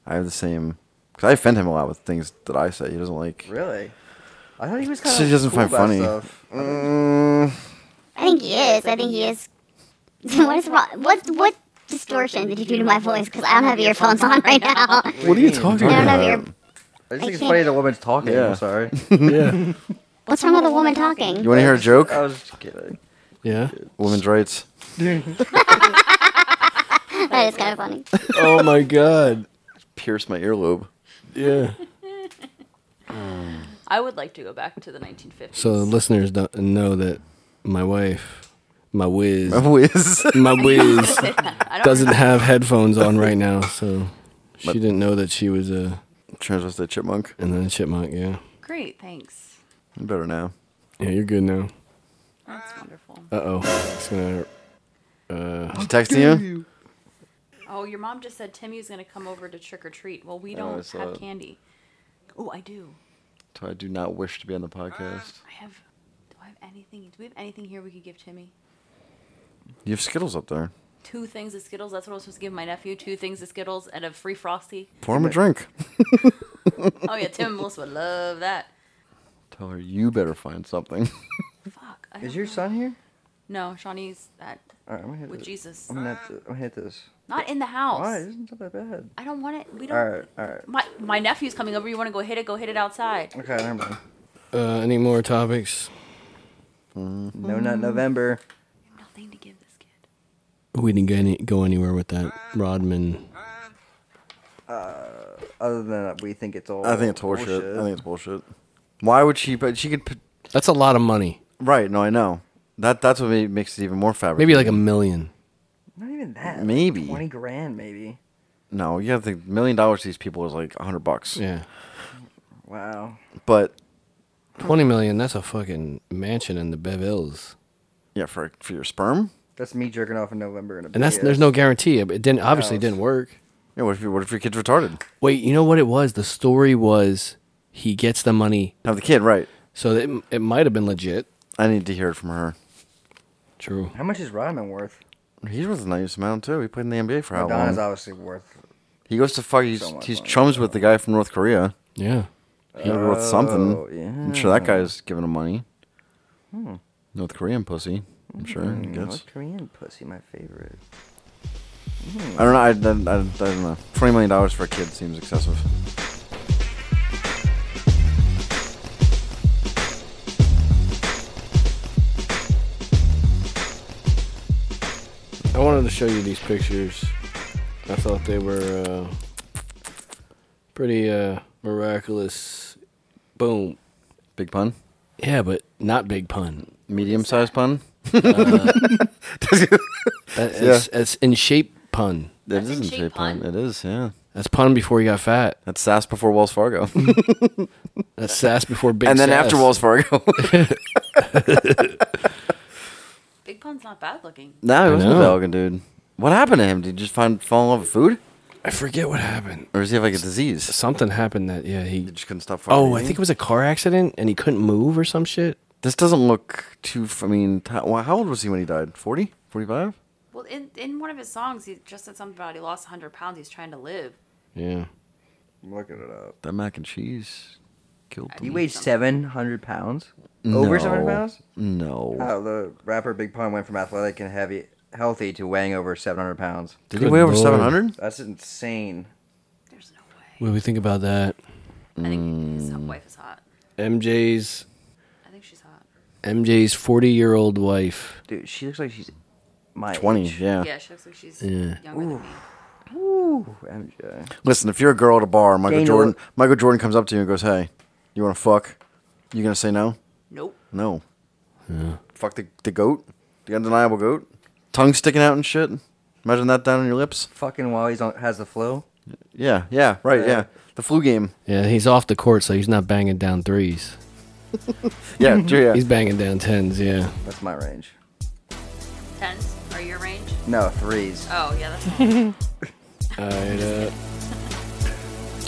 [SPEAKER 2] I have the same. Because I offend him a lot with things that I say he doesn't like.
[SPEAKER 3] Really? I thought he was kind of.
[SPEAKER 2] She doesn't find funny.
[SPEAKER 3] Stuff.
[SPEAKER 2] Mm,
[SPEAKER 8] I think he is. I think he is. what is wrong? What what distortion did you do to my voice? Because I don't have earphones on right now.
[SPEAKER 1] What are you talking
[SPEAKER 8] I don't have
[SPEAKER 1] about?
[SPEAKER 8] ear.
[SPEAKER 3] I just think it's
[SPEAKER 8] can't-
[SPEAKER 3] funny that a woman's talking.
[SPEAKER 2] Yeah.
[SPEAKER 3] I'm sorry.
[SPEAKER 1] Yeah,
[SPEAKER 8] What's wrong with a woman talking?
[SPEAKER 2] you want to hear a joke?
[SPEAKER 3] I was just kidding.
[SPEAKER 1] yeah.
[SPEAKER 2] Women's rights.
[SPEAKER 8] That is kind of funny.
[SPEAKER 1] Oh my god.
[SPEAKER 2] Pierce my earlobe.
[SPEAKER 1] Yeah.
[SPEAKER 4] I would like to go back to the 1950s.
[SPEAKER 1] So the listeners don't know that my wife, my whiz,
[SPEAKER 2] My whiz.
[SPEAKER 1] my whiz
[SPEAKER 4] I don't
[SPEAKER 1] doesn't have headphones on right now, so she didn't know that she was a
[SPEAKER 2] Transvestite chipmunk.
[SPEAKER 1] and then a chipmunk. Yeah.
[SPEAKER 4] Great, thanks.
[SPEAKER 2] I'm better now.
[SPEAKER 1] Yeah, you're good now.
[SPEAKER 4] That's wonderful.
[SPEAKER 1] Uh oh. It's gonna.
[SPEAKER 2] She texting you?
[SPEAKER 4] Oh, your mom just said Timmy was going to come over to trick or treat. Well, we
[SPEAKER 2] I
[SPEAKER 4] don't
[SPEAKER 2] saw
[SPEAKER 4] have
[SPEAKER 2] it.
[SPEAKER 4] candy. Oh, I do.
[SPEAKER 2] I do not wish to be on the podcast.
[SPEAKER 4] I have. Do I have anything? Do we have anything here we could give Timmy?
[SPEAKER 2] You have Skittles up there.
[SPEAKER 4] Two things of Skittles. That's what I was supposed to give my nephew. Two things of Skittles and a free frosty.
[SPEAKER 2] Pour him a drink.
[SPEAKER 4] Oh yeah, Tim and Melissa would love that.
[SPEAKER 2] Tell her you better find something.
[SPEAKER 4] Fuck. I
[SPEAKER 3] Is
[SPEAKER 4] don't
[SPEAKER 3] your
[SPEAKER 4] know.
[SPEAKER 3] son here?
[SPEAKER 4] No, Shawnee's at
[SPEAKER 3] Alright, I'm gonna hit
[SPEAKER 4] with
[SPEAKER 3] this.
[SPEAKER 4] Jesus.
[SPEAKER 3] I'm gonna, have to, I'm gonna hit this.
[SPEAKER 4] Not in the house.
[SPEAKER 3] Why? This isn't that bad.
[SPEAKER 4] I don't want it. We don't.
[SPEAKER 3] Alright, alright.
[SPEAKER 4] My my nephew's coming over. You want to go hit it? Go hit it outside.
[SPEAKER 3] Okay, never mind.
[SPEAKER 1] Uh, any more topics?
[SPEAKER 3] No, not November.
[SPEAKER 4] Nothing to give this kid.
[SPEAKER 1] We didn't get any, go anywhere with that Rodman.
[SPEAKER 3] Other than that, we think it's all.
[SPEAKER 2] I think it's horseshit. I think it's bullshit. Why would she? But she could. p-
[SPEAKER 1] That's a lot of money.
[SPEAKER 2] Right? No, I know. That that's what ma- makes it even more fabric.
[SPEAKER 1] Maybe like a million.
[SPEAKER 3] Not even that. like
[SPEAKER 2] Maybe.
[SPEAKER 3] twenty grand, maybe.
[SPEAKER 2] no. You have to think million dollars. to These people is like a hundred bucks.
[SPEAKER 1] Yeah.
[SPEAKER 3] Wow.
[SPEAKER 2] But
[SPEAKER 1] Twenty million. That's a fucking mansion in the Bevilles.
[SPEAKER 2] yeah, for for your sperm.
[SPEAKER 3] That's me jerking off in November in a
[SPEAKER 1] And that's there's no guarantee. It didn't obviously it didn't work.
[SPEAKER 2] Yeah. What if your- what if your kid's retarded?
[SPEAKER 1] Wait, you know what it was? The story was he gets the money,
[SPEAKER 2] Have the kid right.
[SPEAKER 1] so it, it might have been legit.
[SPEAKER 2] I need to hear it from her.
[SPEAKER 1] True.
[SPEAKER 3] How much is Rodman worth?
[SPEAKER 2] He's worth a nice amount too. He played in the NBA for how
[SPEAKER 3] Madonna's
[SPEAKER 2] long?
[SPEAKER 3] obviously worth.
[SPEAKER 2] He goes to fuck. He's
[SPEAKER 3] So much
[SPEAKER 2] he's
[SPEAKER 3] money.
[SPEAKER 2] chums with the guy from North Korea.
[SPEAKER 1] Yeah.
[SPEAKER 2] He's worth something.
[SPEAKER 3] Oh, yeah. Hmm.
[SPEAKER 2] I'm sure that guy's giving him money. North Korean pussy. I'm sure. I guess.
[SPEAKER 3] North Korean pussy, my favorite.
[SPEAKER 2] I don't know. I, I, I, I don't know. Twenty million dollars for a kid seems excessive.
[SPEAKER 9] I wanted to show you these pictures. I thought they were uh, pretty uh, miraculous. Boom.
[SPEAKER 2] Big pun?
[SPEAKER 1] Yeah, but not big pun.
[SPEAKER 2] Medium sized pun?
[SPEAKER 1] That- It's, it's in shape pun.
[SPEAKER 2] It
[SPEAKER 6] That's in
[SPEAKER 2] isn't
[SPEAKER 6] shape
[SPEAKER 2] shape pun.
[SPEAKER 6] pun.
[SPEAKER 2] It is, yeah.
[SPEAKER 1] That's pun before he got fat.
[SPEAKER 2] That's Sass before Wells Fargo. and
[SPEAKER 1] That's sass before big.
[SPEAKER 2] then after
[SPEAKER 1] sass.
[SPEAKER 2] Wells Fargo.
[SPEAKER 4] Big Pun's not bad looking.
[SPEAKER 2] no,
[SPEAKER 1] I
[SPEAKER 2] it was
[SPEAKER 1] know.
[SPEAKER 2] good looking, dude. What happened to him? Did he just find fall in love with food?
[SPEAKER 1] I forget what happened.
[SPEAKER 2] Or does he have like a disease?
[SPEAKER 1] Something happened that yeah he.
[SPEAKER 2] He just couldn't stop farting.
[SPEAKER 1] Oh, I think it was a car accident and he couldn't move or some shit.
[SPEAKER 2] This doesn't look too. f- I mean, t- well, how old was he when he died? 40? 45?
[SPEAKER 4] Well, in in one of his songs, he just said something about he lost 100 pounds. He's trying to live.
[SPEAKER 1] Yeah.
[SPEAKER 3] I'm looking it up.
[SPEAKER 2] That mac and cheese killed
[SPEAKER 3] He
[SPEAKER 2] him.
[SPEAKER 3] weighed 700 pounds? Over 700
[SPEAKER 2] No.
[SPEAKER 3] pounds?
[SPEAKER 2] No.
[SPEAKER 3] Oh, the rapper Big Pun went from athletic and heavy, healthy to weighing over 700 pounds.
[SPEAKER 2] Did he
[SPEAKER 1] Good
[SPEAKER 2] weigh over
[SPEAKER 1] lord.
[SPEAKER 2] 700?
[SPEAKER 3] That's insane.
[SPEAKER 4] There's no way.
[SPEAKER 1] What do we think about that?
[SPEAKER 4] I think
[SPEAKER 2] Mm.
[SPEAKER 4] his wife is hot.
[SPEAKER 1] MJ's
[SPEAKER 4] I think she's hot.
[SPEAKER 1] MJ's forty year old wife.
[SPEAKER 3] Dude, she looks like she's my
[SPEAKER 2] 20,
[SPEAKER 3] age.
[SPEAKER 2] yeah.
[SPEAKER 4] Yeah, she looks like she's
[SPEAKER 1] Yeah.
[SPEAKER 4] younger than me.
[SPEAKER 3] Ooh, MJ.
[SPEAKER 2] Listen, if you're a girl at a bar, Michael
[SPEAKER 3] Daniel-
[SPEAKER 2] Jordan, Michael Jordan comes up to you and goes, "Hey, you want to fuck?" You gonna say no?
[SPEAKER 4] Nope.
[SPEAKER 2] No. Fuck the the goat, the undeniable goat, tongue sticking out and shit. Imagine that down on your lips.
[SPEAKER 3] Fucking while he's on, has the flu.
[SPEAKER 2] Yeah, yeah, right, yeah. The flu game.
[SPEAKER 1] Yeah, he's off the court, so he's not banging down threes.
[SPEAKER 2] Yeah, yeah.
[SPEAKER 1] He's banging down tens. Yeah.
[SPEAKER 3] That's my range.
[SPEAKER 4] Tens are your range?
[SPEAKER 3] No, threes.
[SPEAKER 4] Oh, yeah, that's not
[SPEAKER 1] All right. Uh,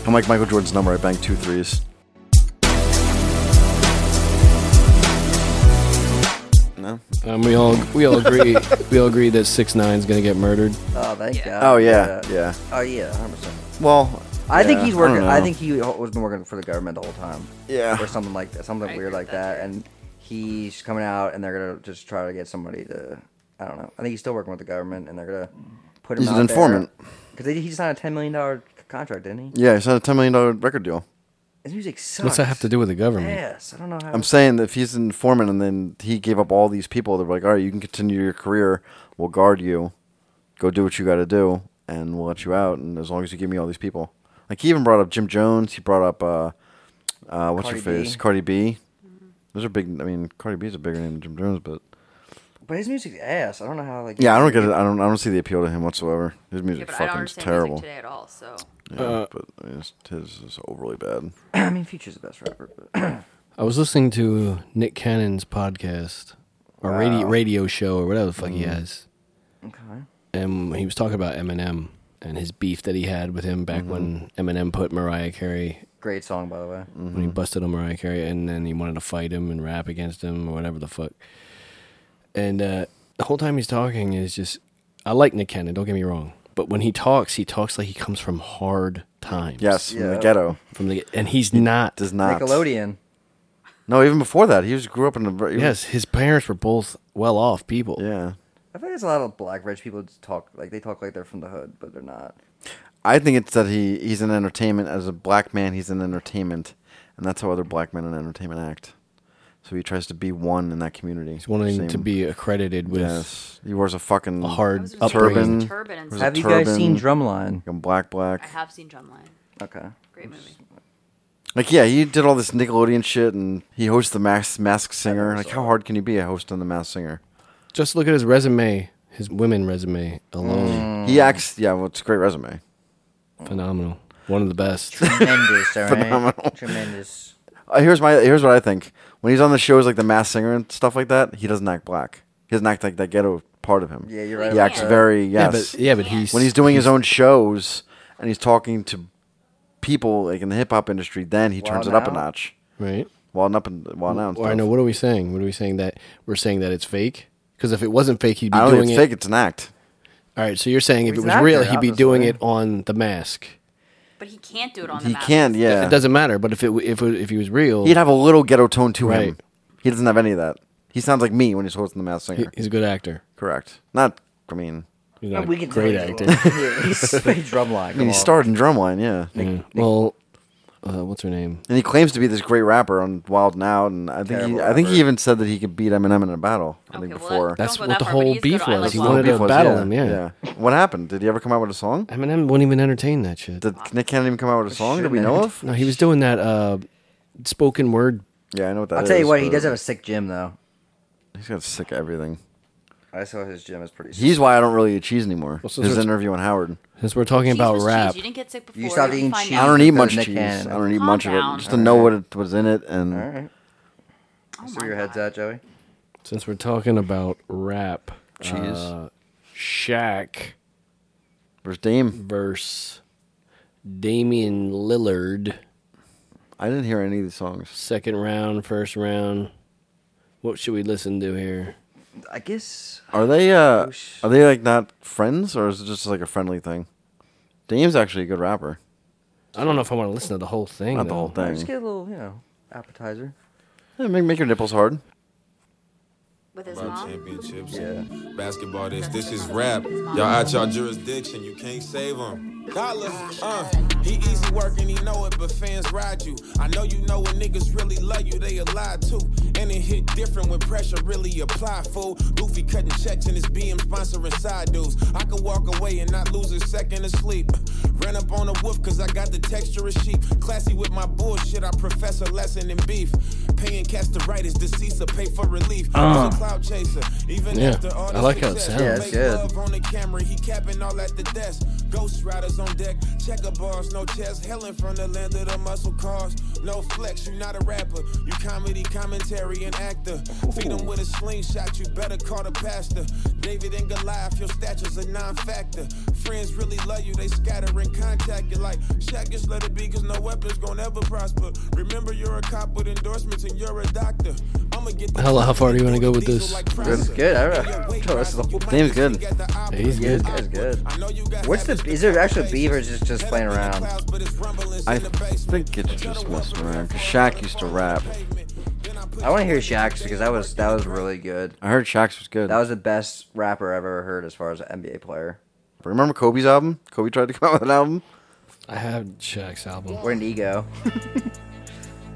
[SPEAKER 2] I'm like Michael Jordan's number. I banged two threes. No.
[SPEAKER 1] um, we all we all agree we all agree that six nine's gonna get murdered.
[SPEAKER 3] Oh, thank God.
[SPEAKER 2] Oh yeah,
[SPEAKER 3] Yeah.
[SPEAKER 2] yeah.
[SPEAKER 3] Oh yeah, 100%.
[SPEAKER 2] Well,
[SPEAKER 3] I think
[SPEAKER 2] yeah,
[SPEAKER 3] he's
[SPEAKER 2] I don't
[SPEAKER 3] working. I,
[SPEAKER 2] know.
[SPEAKER 3] think he was been working for the government the whole time,
[SPEAKER 2] yeah.
[SPEAKER 3] or something like that, something
[SPEAKER 4] I
[SPEAKER 3] weird
[SPEAKER 4] agree
[SPEAKER 3] like
[SPEAKER 4] with that,
[SPEAKER 3] that. And he's coming out, and they're gonna just try to get somebody to. I don't know. I think he's still working with the government, and they're gonna put him.
[SPEAKER 2] He's an
[SPEAKER 3] out
[SPEAKER 2] informant.
[SPEAKER 3] Because he just signed a ten million dollar contract, didn't he?
[SPEAKER 2] Yeah, he signed a ten million dollar record deal.
[SPEAKER 3] His music sucks.
[SPEAKER 1] What's that have to do with the government?
[SPEAKER 3] Yes, I don't know how.
[SPEAKER 2] I'm saying that if he's an informant and then he gave up all these people, they're like, all right, you can continue your career. We'll guard you. Go do what you got to do, and we'll let you out. And as long as you give me all these people, like he even brought up Jim Jones. He brought up uh, uh, what's your
[SPEAKER 3] Cardi B.
[SPEAKER 2] face, Cardi B. Those are big. I mean, Cardi B is a bigger name than Jim Jones, but
[SPEAKER 3] but his music's ass. I don't know how. Like,
[SPEAKER 2] yeah, I don't get it. I don't. I don't see the appeal to him whatsoever. His
[SPEAKER 4] Yeah,
[SPEAKER 2] music
[SPEAKER 4] but I don't
[SPEAKER 2] fucking is
[SPEAKER 4] understand
[SPEAKER 2] terrible.
[SPEAKER 4] music today at all, so.
[SPEAKER 2] Yeah,
[SPEAKER 1] Uh,
[SPEAKER 2] but I mean, his, his is overly bad.
[SPEAKER 3] I mean, Future's the best rapper. But
[SPEAKER 1] I was listening to Nick Cannon's podcast or radio, radio show or whatever the fuck
[SPEAKER 2] Mm.
[SPEAKER 1] he has.
[SPEAKER 3] okay.
[SPEAKER 1] And he was talking about Eminem and his beef that he had with him back when
[SPEAKER 2] Mm-hmm.
[SPEAKER 1] Eminem put Mariah Carey,
[SPEAKER 3] Great song, by the way.
[SPEAKER 1] when he busted on Mariah Carey, and then he wanted to fight him and rap against him or whatever the fuck. And uh, the whole time he's talking is just, I like Nick Cannon, don't get me wrong. But when he talks, he talks like he comes from hard times.
[SPEAKER 2] Yes, from the
[SPEAKER 3] Yeah.
[SPEAKER 2] ghetto
[SPEAKER 1] From the, and he's not.
[SPEAKER 2] does not.
[SPEAKER 3] Nickelodeon.
[SPEAKER 2] No, even before that, he was grew up in the. he was-
[SPEAKER 1] yes, his parents were both well off people.
[SPEAKER 2] Yeah.
[SPEAKER 3] I think it's a lot of black rich people just talk like they talk like they're from the hood, but they're not.
[SPEAKER 2] I think it's that he he's in entertainment as a black man. He's in entertainment, and that's how other black men in entertainment act. So he tries to be one in that community.
[SPEAKER 1] He's wanting to
[SPEAKER 2] Same-
[SPEAKER 1] be accredited with
[SPEAKER 2] Yes, he wears a fucking
[SPEAKER 1] a
[SPEAKER 4] I
[SPEAKER 1] hard
[SPEAKER 4] was just
[SPEAKER 2] Turban.
[SPEAKER 4] turban.
[SPEAKER 1] upbringing.
[SPEAKER 4] turban and
[SPEAKER 2] Was it
[SPEAKER 4] stuff.
[SPEAKER 3] Have you guys seen
[SPEAKER 2] turban?
[SPEAKER 3] Drumline?
[SPEAKER 2] fucking black
[SPEAKER 4] I
[SPEAKER 2] black.
[SPEAKER 4] have seen Drumline.
[SPEAKER 3] Okay.
[SPEAKER 4] Great movie.
[SPEAKER 2] Like yeah, he did all this Nickelodeon shit, and he hosts the Mask Mask Singer. Like how hard can you be a host on the Mask Singer?
[SPEAKER 1] Just look at his resume, his women resume alone,
[SPEAKER 2] He acts yeah, well, it's a great resume. Mm.
[SPEAKER 1] phenomenal. One of the best.
[SPEAKER 3] Tremendous, all right?
[SPEAKER 2] Phenomenal.
[SPEAKER 3] Tremendous.
[SPEAKER 2] Uh, here's my here's what I think. When he's on the shows like the Mask Singer and stuff like that, he doesn't act black. He doesn't act like that ghetto part of him.
[SPEAKER 3] Yeah, you're
[SPEAKER 4] Well,
[SPEAKER 3] right.
[SPEAKER 2] He
[SPEAKER 4] yeah.
[SPEAKER 3] about
[SPEAKER 2] acts
[SPEAKER 3] that.
[SPEAKER 2] very
[SPEAKER 1] Yeah,
[SPEAKER 2] yes.
[SPEAKER 1] but yeah, but he's
[SPEAKER 2] when he's doing his own shows and he's talking to people like in the hip hop industry, then he turns
[SPEAKER 3] Wild
[SPEAKER 2] it up a
[SPEAKER 3] N' Out?
[SPEAKER 2] notch.
[SPEAKER 1] right.
[SPEAKER 2] While up and while now, and
[SPEAKER 1] Or I
[SPEAKER 2] stuff.
[SPEAKER 1] know. What are we saying? What are we saying that we're saying that it's fake? Because if it wasn't fake, he'd be
[SPEAKER 2] I don't
[SPEAKER 1] doing
[SPEAKER 2] think
[SPEAKER 1] it.
[SPEAKER 2] it's fake. It's an act.
[SPEAKER 1] All right. So you're saying if
[SPEAKER 3] He's
[SPEAKER 1] it
[SPEAKER 3] an
[SPEAKER 1] was real,
[SPEAKER 3] actor,
[SPEAKER 1] he'd be doing
[SPEAKER 3] obviously.
[SPEAKER 1] it on the mask.
[SPEAKER 4] But he can't do it on the
[SPEAKER 2] He
[SPEAKER 4] Mask.
[SPEAKER 2] can't. Yeah,
[SPEAKER 1] It doesn't matter. But if it w- if it- if he was real,
[SPEAKER 2] He'd have a little ghetto tone to him.
[SPEAKER 1] Right.
[SPEAKER 2] He doesn't have any of that. He sounds like me when he's hosting the Masked
[SPEAKER 1] he-
[SPEAKER 2] Singer.
[SPEAKER 1] he's a good actor.
[SPEAKER 2] Correct. Not. I mean,
[SPEAKER 1] He's
[SPEAKER 3] No,
[SPEAKER 1] not
[SPEAKER 3] we
[SPEAKER 1] a
[SPEAKER 3] can
[SPEAKER 1] great
[SPEAKER 3] tell
[SPEAKER 1] actor.
[SPEAKER 3] he's a little- Yeah, he's a drumline.
[SPEAKER 2] I mean, he starred in Drumline. Yeah.
[SPEAKER 1] Yeah. Well, uh, what's her name?
[SPEAKER 2] And he claims to be this great rapper on Wild Now, and I think he,
[SPEAKER 3] Terrible
[SPEAKER 2] I think he
[SPEAKER 3] rapper.
[SPEAKER 2] even said that he could beat Eminem in a battle. I
[SPEAKER 4] Okay,
[SPEAKER 2] think
[SPEAKER 4] well,
[SPEAKER 2] before.
[SPEAKER 4] that-
[SPEAKER 1] That's
[SPEAKER 4] go
[SPEAKER 1] what
[SPEAKER 4] that
[SPEAKER 1] the
[SPEAKER 4] far, but
[SPEAKER 1] whole
[SPEAKER 4] he's
[SPEAKER 1] beef
[SPEAKER 4] good. I
[SPEAKER 1] was.
[SPEAKER 4] like
[SPEAKER 1] He
[SPEAKER 4] Wild
[SPEAKER 1] wanted
[SPEAKER 4] Now.
[SPEAKER 1] to battle him. Yeah.
[SPEAKER 2] yeah. What happened? Did he ever come out with a song?
[SPEAKER 1] Eminem wouldn't even entertain that shit.
[SPEAKER 2] Did Nick Cannon even come out with a song? Do we
[SPEAKER 3] shit,
[SPEAKER 2] know
[SPEAKER 3] man.
[SPEAKER 2] of?
[SPEAKER 1] No, he was doing that uh, spoken word.
[SPEAKER 2] Yeah, I know what that
[SPEAKER 3] I'll tell you
[SPEAKER 2] is,
[SPEAKER 3] what, he
[SPEAKER 2] but
[SPEAKER 3] does have a sick gym though.
[SPEAKER 2] He's got sick of everything.
[SPEAKER 3] I saw his gym is pretty. sick.
[SPEAKER 2] He's why I don't really eat cheese anymore.
[SPEAKER 1] Well, since
[SPEAKER 2] His
[SPEAKER 1] it's-
[SPEAKER 2] interview on Howard.
[SPEAKER 1] Since we're talking
[SPEAKER 4] Cheese
[SPEAKER 1] about
[SPEAKER 4] was cheese.
[SPEAKER 1] rap,
[SPEAKER 4] You didn't get sick before.
[SPEAKER 3] You stopped eating
[SPEAKER 4] find
[SPEAKER 3] cheese.
[SPEAKER 4] out.
[SPEAKER 2] I don't eat
[SPEAKER 3] Because
[SPEAKER 2] much
[SPEAKER 3] Nick
[SPEAKER 2] cheese.
[SPEAKER 3] Cannon.
[SPEAKER 2] I don't eat
[SPEAKER 4] Calm
[SPEAKER 2] much of it.
[SPEAKER 4] down.
[SPEAKER 2] Just to know what it was in it and
[SPEAKER 3] All right. I see
[SPEAKER 4] Oh my
[SPEAKER 3] where your head's
[SPEAKER 4] God.
[SPEAKER 3] at, Joey.
[SPEAKER 1] since we're talking about rap,
[SPEAKER 2] cheese.
[SPEAKER 1] uh, Shaq
[SPEAKER 2] There's Dame.
[SPEAKER 1] verse Damian Lillard,
[SPEAKER 2] I didn't hear any of these songs.
[SPEAKER 1] second round, first round. What should we listen to here?
[SPEAKER 3] I guess
[SPEAKER 2] Are they uh
[SPEAKER 3] Whoosh.
[SPEAKER 2] are they like not friends or is it just like a friendly thing? Dame's actually a good rapper.
[SPEAKER 1] I don't know if I want to listen to the whole thing.
[SPEAKER 2] Not the
[SPEAKER 1] though.
[SPEAKER 2] whole
[SPEAKER 3] I just
[SPEAKER 2] thing.
[SPEAKER 3] get a little, you know, appetizer.
[SPEAKER 2] Yeah, make, make your nipples hard.
[SPEAKER 4] with his mom.
[SPEAKER 10] championships.
[SPEAKER 3] Yeah.
[SPEAKER 10] Basketball, this this is rap. Y'all out y'all jurisdiction, you can't save them. Dollars, uh, he easy working, he know it, but fans ride you. I know you know when niggas really love you, they alive too. And it hit different when pressure really apply, fool. Goofy cutting checks in his BM sponsoring side dudes. I could walk away and not lose a second of sleep. Ran up on a wolf cause I got the texture of sheep. Classy with my bullshit, I profess a lesson in beef. Paying cats to write is deceased, pay for relief. I'm a cloud chaser, even
[SPEAKER 1] Yeah,
[SPEAKER 10] after all
[SPEAKER 1] I
[SPEAKER 10] the
[SPEAKER 1] like how it
[SPEAKER 10] success.
[SPEAKER 1] sounds. Yeah,
[SPEAKER 3] it's
[SPEAKER 10] Make
[SPEAKER 3] good.
[SPEAKER 10] love on the camera, he capping all at the desk. Ghost riders on deck, checker bars, no chest. Helen from the land of the muscle cars. No flex, you not a rapper. You comedy, commentary, and actor. Feed him with a slingshot, you better call the pastor. David and Goliath, your stature's a non factor. Friends really love you, they scatter and contact you like Shaq, just let it be, cause no weapons gon' ever prosper. Remember, you're a cop with endorsements and you're a doctor. I'ma get the
[SPEAKER 1] Hella, how far do you wanna go with this?
[SPEAKER 3] It's good. I don't know.
[SPEAKER 10] Wait,
[SPEAKER 3] The rest of the whole
[SPEAKER 2] Dame's good.
[SPEAKER 1] He's
[SPEAKER 3] yeah,
[SPEAKER 1] good.
[SPEAKER 3] this guy's good.
[SPEAKER 10] I know you got
[SPEAKER 3] What's the? Is there actually beef or is it just playing around?
[SPEAKER 2] I think it's just messing around. Cause Shaq used to rap.
[SPEAKER 3] I want to hear Shaq's because that was that was really good.
[SPEAKER 2] I heard Shaq's was good.
[SPEAKER 3] That was the best rapper I've ever heard as far as an NBA player.
[SPEAKER 2] Remember Kobe's album? Kobe tried to come out with an album.
[SPEAKER 1] I have Shaq's album.
[SPEAKER 3] What an ego.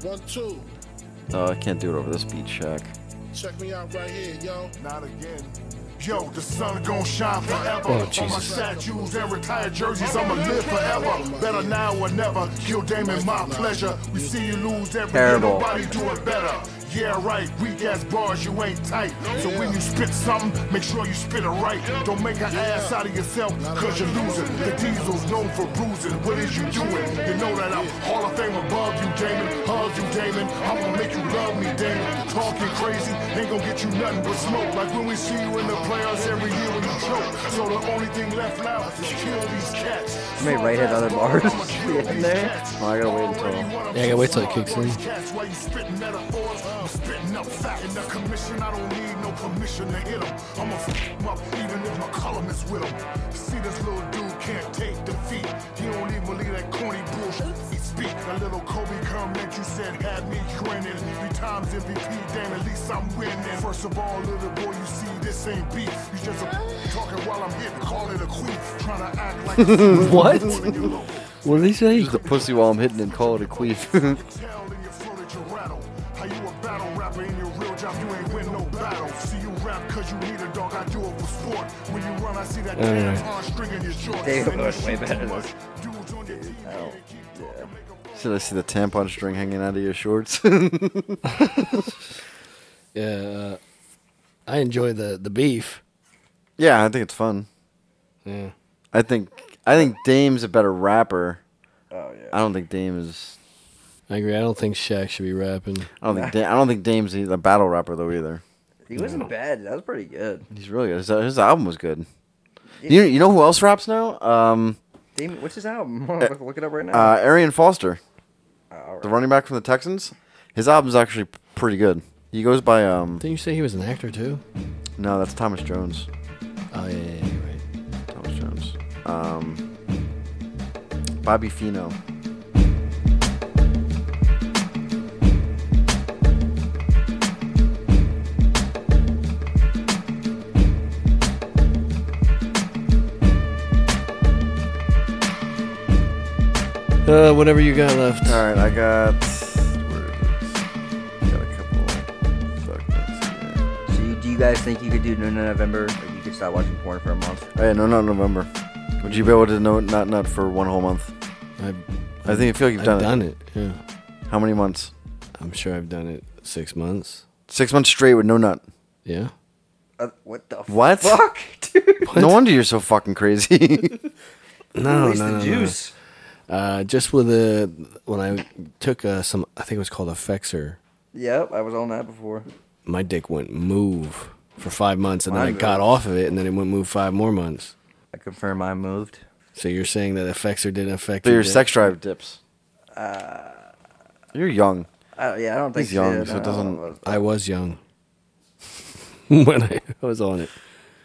[SPEAKER 10] One, two.
[SPEAKER 2] Oh, I can't do it over this beat, Shaq.
[SPEAKER 10] Check me out right here, yo. Not again. Yo, the sun gon' shine forever.
[SPEAKER 1] Oh,
[SPEAKER 10] On my
[SPEAKER 1] Jesus.
[SPEAKER 10] statues and retired jerseys, I'ma live forever. Better now or never. Kill Damon, my pleasure. We see you lose every year,
[SPEAKER 3] Terrible.
[SPEAKER 10] nobody do it better. Yeah, right. Weak ass bars, you ain't tight. So when you spit something, make sure you spit it right. Don't make an ass out of yourself, cause you're losing. The diesel's known for bruising. What is you doing? You know that I'm Hall of Fame above you, Damon. Hug you, Damon. I'm gonna make you love me, Damon. Talking crazy ain't gonna get you nothing but smoke. Like when we see you in the playoffs every year when you choke. So the only thing left now is kill these cats.
[SPEAKER 3] You may write hit other bars in there.
[SPEAKER 2] Oh, I gotta wait until.
[SPEAKER 1] Yeah, I gotta wait till it kicks in.
[SPEAKER 10] Cats, why you spitting metaphors? I'm spitting up fat in the commission. I don't need no permission to hit 'em. I'ma f 'em up even if my column is with 'em. See, this little dude can't take defeat. He don't even believe that corny bullshit. He speak a little Kobe comment you said had me grinning. Three times MVP, damn, at least I'm winning. First of all, little boy, you see, this ain't beef. You just a talking while I'm hitting, call it a queen. Trying to act like a-
[SPEAKER 1] What?
[SPEAKER 10] You know,
[SPEAKER 1] What did he say?
[SPEAKER 2] Use the pussy while I'm hitting and call it a queef.
[SPEAKER 10] tell in your flow that you rattle. How you a battle rapper in your real job, you ain't win no battle. See you rap cause you need a dog, I do it for sport. When you run, I see that damn arm string in your shorts.
[SPEAKER 3] David
[SPEAKER 10] And you
[SPEAKER 3] was way
[SPEAKER 10] shoot too
[SPEAKER 3] better than
[SPEAKER 10] much.
[SPEAKER 3] this.
[SPEAKER 10] Dudes on your team, they keep talking, make a
[SPEAKER 2] Should I see the tampon string hanging out of your shorts?
[SPEAKER 1] Yeah, uh, I enjoy the the beef.
[SPEAKER 2] yeah, I think it's fun.
[SPEAKER 1] Yeah.
[SPEAKER 2] I think I think Dame's a better rapper.
[SPEAKER 3] Oh yeah.
[SPEAKER 2] I don't think Dame is.
[SPEAKER 1] I agree. I don't think Shaq should be rapping.
[SPEAKER 2] I don't think Dame, I don't think Dame's a battle rapper though either.
[SPEAKER 3] He wasn't bad. That was pretty good.
[SPEAKER 2] He's really good. His, uh, his album was good. You you know who else raps now? Um,
[SPEAKER 3] Damon, what's his album? Look, look it up right now.
[SPEAKER 2] uh, Arian Foster,
[SPEAKER 3] All
[SPEAKER 2] the
[SPEAKER 3] right.
[SPEAKER 2] running back from the Texans. His album's actually p- pretty good. He goes by um.
[SPEAKER 1] Didn't you say he was an actor too?
[SPEAKER 2] No, that's Thomas Jones.
[SPEAKER 1] Oh yeah, yeah, yeah right.
[SPEAKER 2] Thomas Jones. Um, Bobby Fino.
[SPEAKER 1] Oh Uh, whatever you got left.
[SPEAKER 2] All right, I got. where is this? Got a couple segments here.
[SPEAKER 3] So, you, do you guys think you could do No No November? Like you could stop watching porn for a month?
[SPEAKER 2] Hey, no, not November. Would you be able to know not nut for one whole month?
[SPEAKER 1] I've,
[SPEAKER 2] I think I feel like you've
[SPEAKER 1] I've
[SPEAKER 2] done,
[SPEAKER 1] done
[SPEAKER 2] it.
[SPEAKER 1] it. Yeah,
[SPEAKER 2] How many months?
[SPEAKER 1] I'm sure I've done it six months.
[SPEAKER 2] Six months straight with no nut.
[SPEAKER 1] Yeah.
[SPEAKER 3] Uh, what the
[SPEAKER 2] What?
[SPEAKER 3] fuck, dude?
[SPEAKER 2] No wonder you're so fucking crazy. Oh,
[SPEAKER 1] No,
[SPEAKER 3] Release
[SPEAKER 1] no,
[SPEAKER 3] the
[SPEAKER 1] no, no.
[SPEAKER 3] juice.
[SPEAKER 1] Uh, just with a when I took uh, some, I think it was called Effexor.
[SPEAKER 3] Yep, I was on that before.
[SPEAKER 1] My dick went move for five months, and then I
[SPEAKER 3] Mine
[SPEAKER 1] got
[SPEAKER 3] moved.
[SPEAKER 1] off of it, and then it went move five more months.
[SPEAKER 3] I confirm I moved.
[SPEAKER 1] So you're saying that Effexor didn't affect
[SPEAKER 2] so your
[SPEAKER 1] dick?
[SPEAKER 2] sex drive dips. you're young.
[SPEAKER 3] I, yeah, I don't think
[SPEAKER 2] He's young,
[SPEAKER 3] did.
[SPEAKER 2] so it
[SPEAKER 3] I don't
[SPEAKER 2] doesn't-
[SPEAKER 3] know.
[SPEAKER 1] I was young when I was on it.